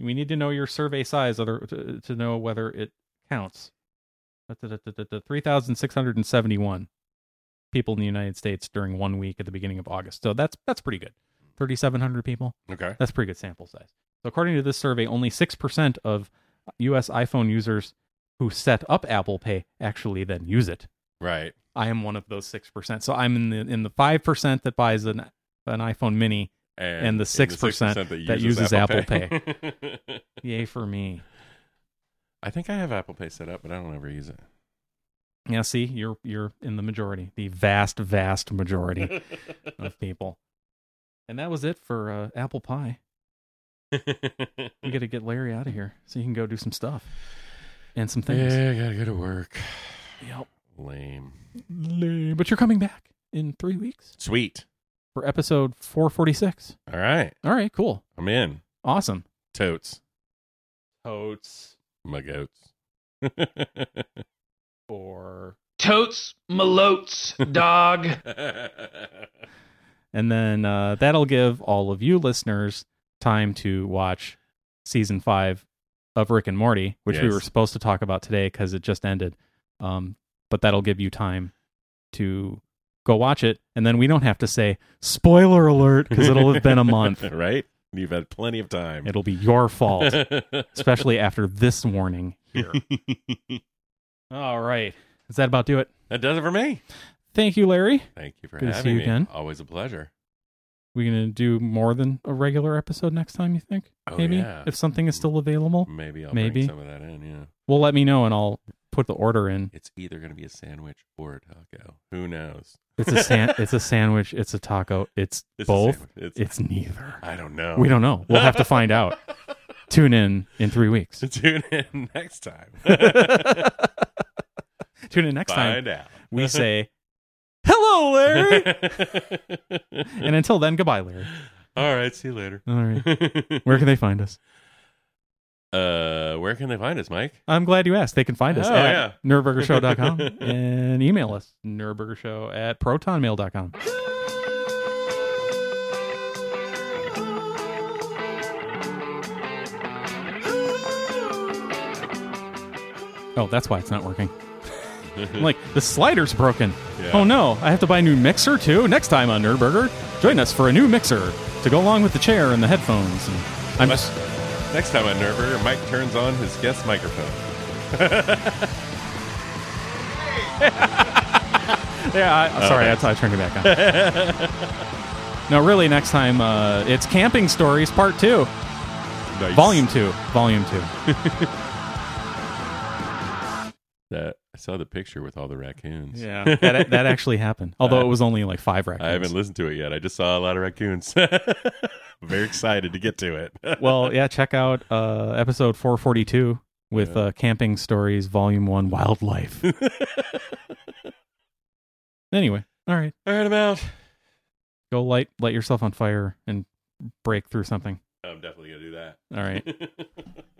S2: We need to know your survey size other to, to know whether it counts. Three thousand six hundred and seventy-one people in the United States during one week at the beginning of August. So that's that's pretty good. Thirty-seven hundred people.
S1: Okay.
S2: That's pretty good sample size. So according to this survey, only 6% of US iPhone users who set up Apple Pay actually then use it.
S1: Right.
S2: I am one of those 6%. So I'm in the in the 5% that buys an an iPhone mini.
S1: And,
S2: the 6% that uses Apple
S1: Pay.
S2: Yay for me.
S1: I think I have Apple Pay set up, but I don't ever use it.
S2: Yeah, see, you're you're in the majority, the vast vast majority of people. And that was it for uh, Apple Pie. We got to get Larry out of here so he can go do some stuff and some things.
S1: Yeah, I gotta go to work.
S2: Yep.
S1: Lame.
S2: But you're coming back in 3 weeks.
S1: Sweet.
S2: for episode 446.
S1: All right.
S2: All right, cool.
S1: I'm in.
S2: Awesome.
S1: Totes.
S2: Totes
S1: My goats.
S2: or
S4: Totes malotes, dog.
S2: and then uh, that'll give all of you listeners time to watch season 5 of Rick and Morty, which we
S1: Yes.
S2: were supposed to talk about today cuz it just ended. Um but that'll give you time to go watch it and then we don't have to say spoiler alert cuz it'll have been a month.
S1: right? You've had plenty of time.
S2: It'll be your fault, especially after this warning here. All right. Is that about do it?
S1: that does it for me.
S2: Thank you, Larry.
S1: Thank you for
S2: Good to see
S1: having
S2: you
S1: me.
S2: again.
S1: Always a pleasure.
S2: We're gonna do more than a regular episode next time. You think?
S1: Oh,
S2: Maybe
S1: yeah.
S2: if something is still available,
S1: Maybe I'll
S2: Maybe.
S1: bring some of that in. Yeah.
S2: well, let me know and I'll put the order in.
S1: It's either going to be a sandwich or a taco. Who knows?
S2: It's a san- it's a sandwich. It's a taco. It's,
S1: It's a
S2: both.
S1: sandwich. It's-
S2: It's neither.
S1: I don't know.
S2: We don't know. We'll have to find out. Tune in in three weeks.
S1: So tune in next time.
S2: Tune in next time.
S1: Find out.
S2: We say hello, Larry.
S1: and
S2: and until then, goodbye, Larry.
S1: All right. See you later.
S2: All right. Where can they find us?
S1: uh, where can they find us, Mike?
S2: I'm glad you asked. They can find us
S1: Oh,
S2: at nerdburgershow.com and email us nerdburgershow at protonmail.com. Oh, that's why it's not working. I'm like, the slider's broken.
S1: Yeah.
S2: Oh no, I have to buy a new mixer too? Next time on Nerdburger, join us for a new mixer to go along with the chair and the headphones. And I'm
S1: Must- Next time on Nerver, Mike turns on his guest microphone.
S2: Yeah, I, sorry, I, I turned it back on. no, really, next time uh, it's Camping Stories Part 2,
S1: Nice.
S2: Volume 2. Volume 2.
S1: That I saw the picture with all the raccoons.
S2: Yeah, that, that actually happened. Although it was only like five records.
S1: I haven't listened to it yet. I just saw a lot of raccoons. Very excited to get to it.
S2: well, yeah, check out uh, episode 442 with uh, Camping Stories Volume 1 Wildlife. anyway, all right.
S1: All right, I'm out.
S2: Go light light yourself on fire and break through something.
S1: I'm definitely gonna do that.
S2: All right.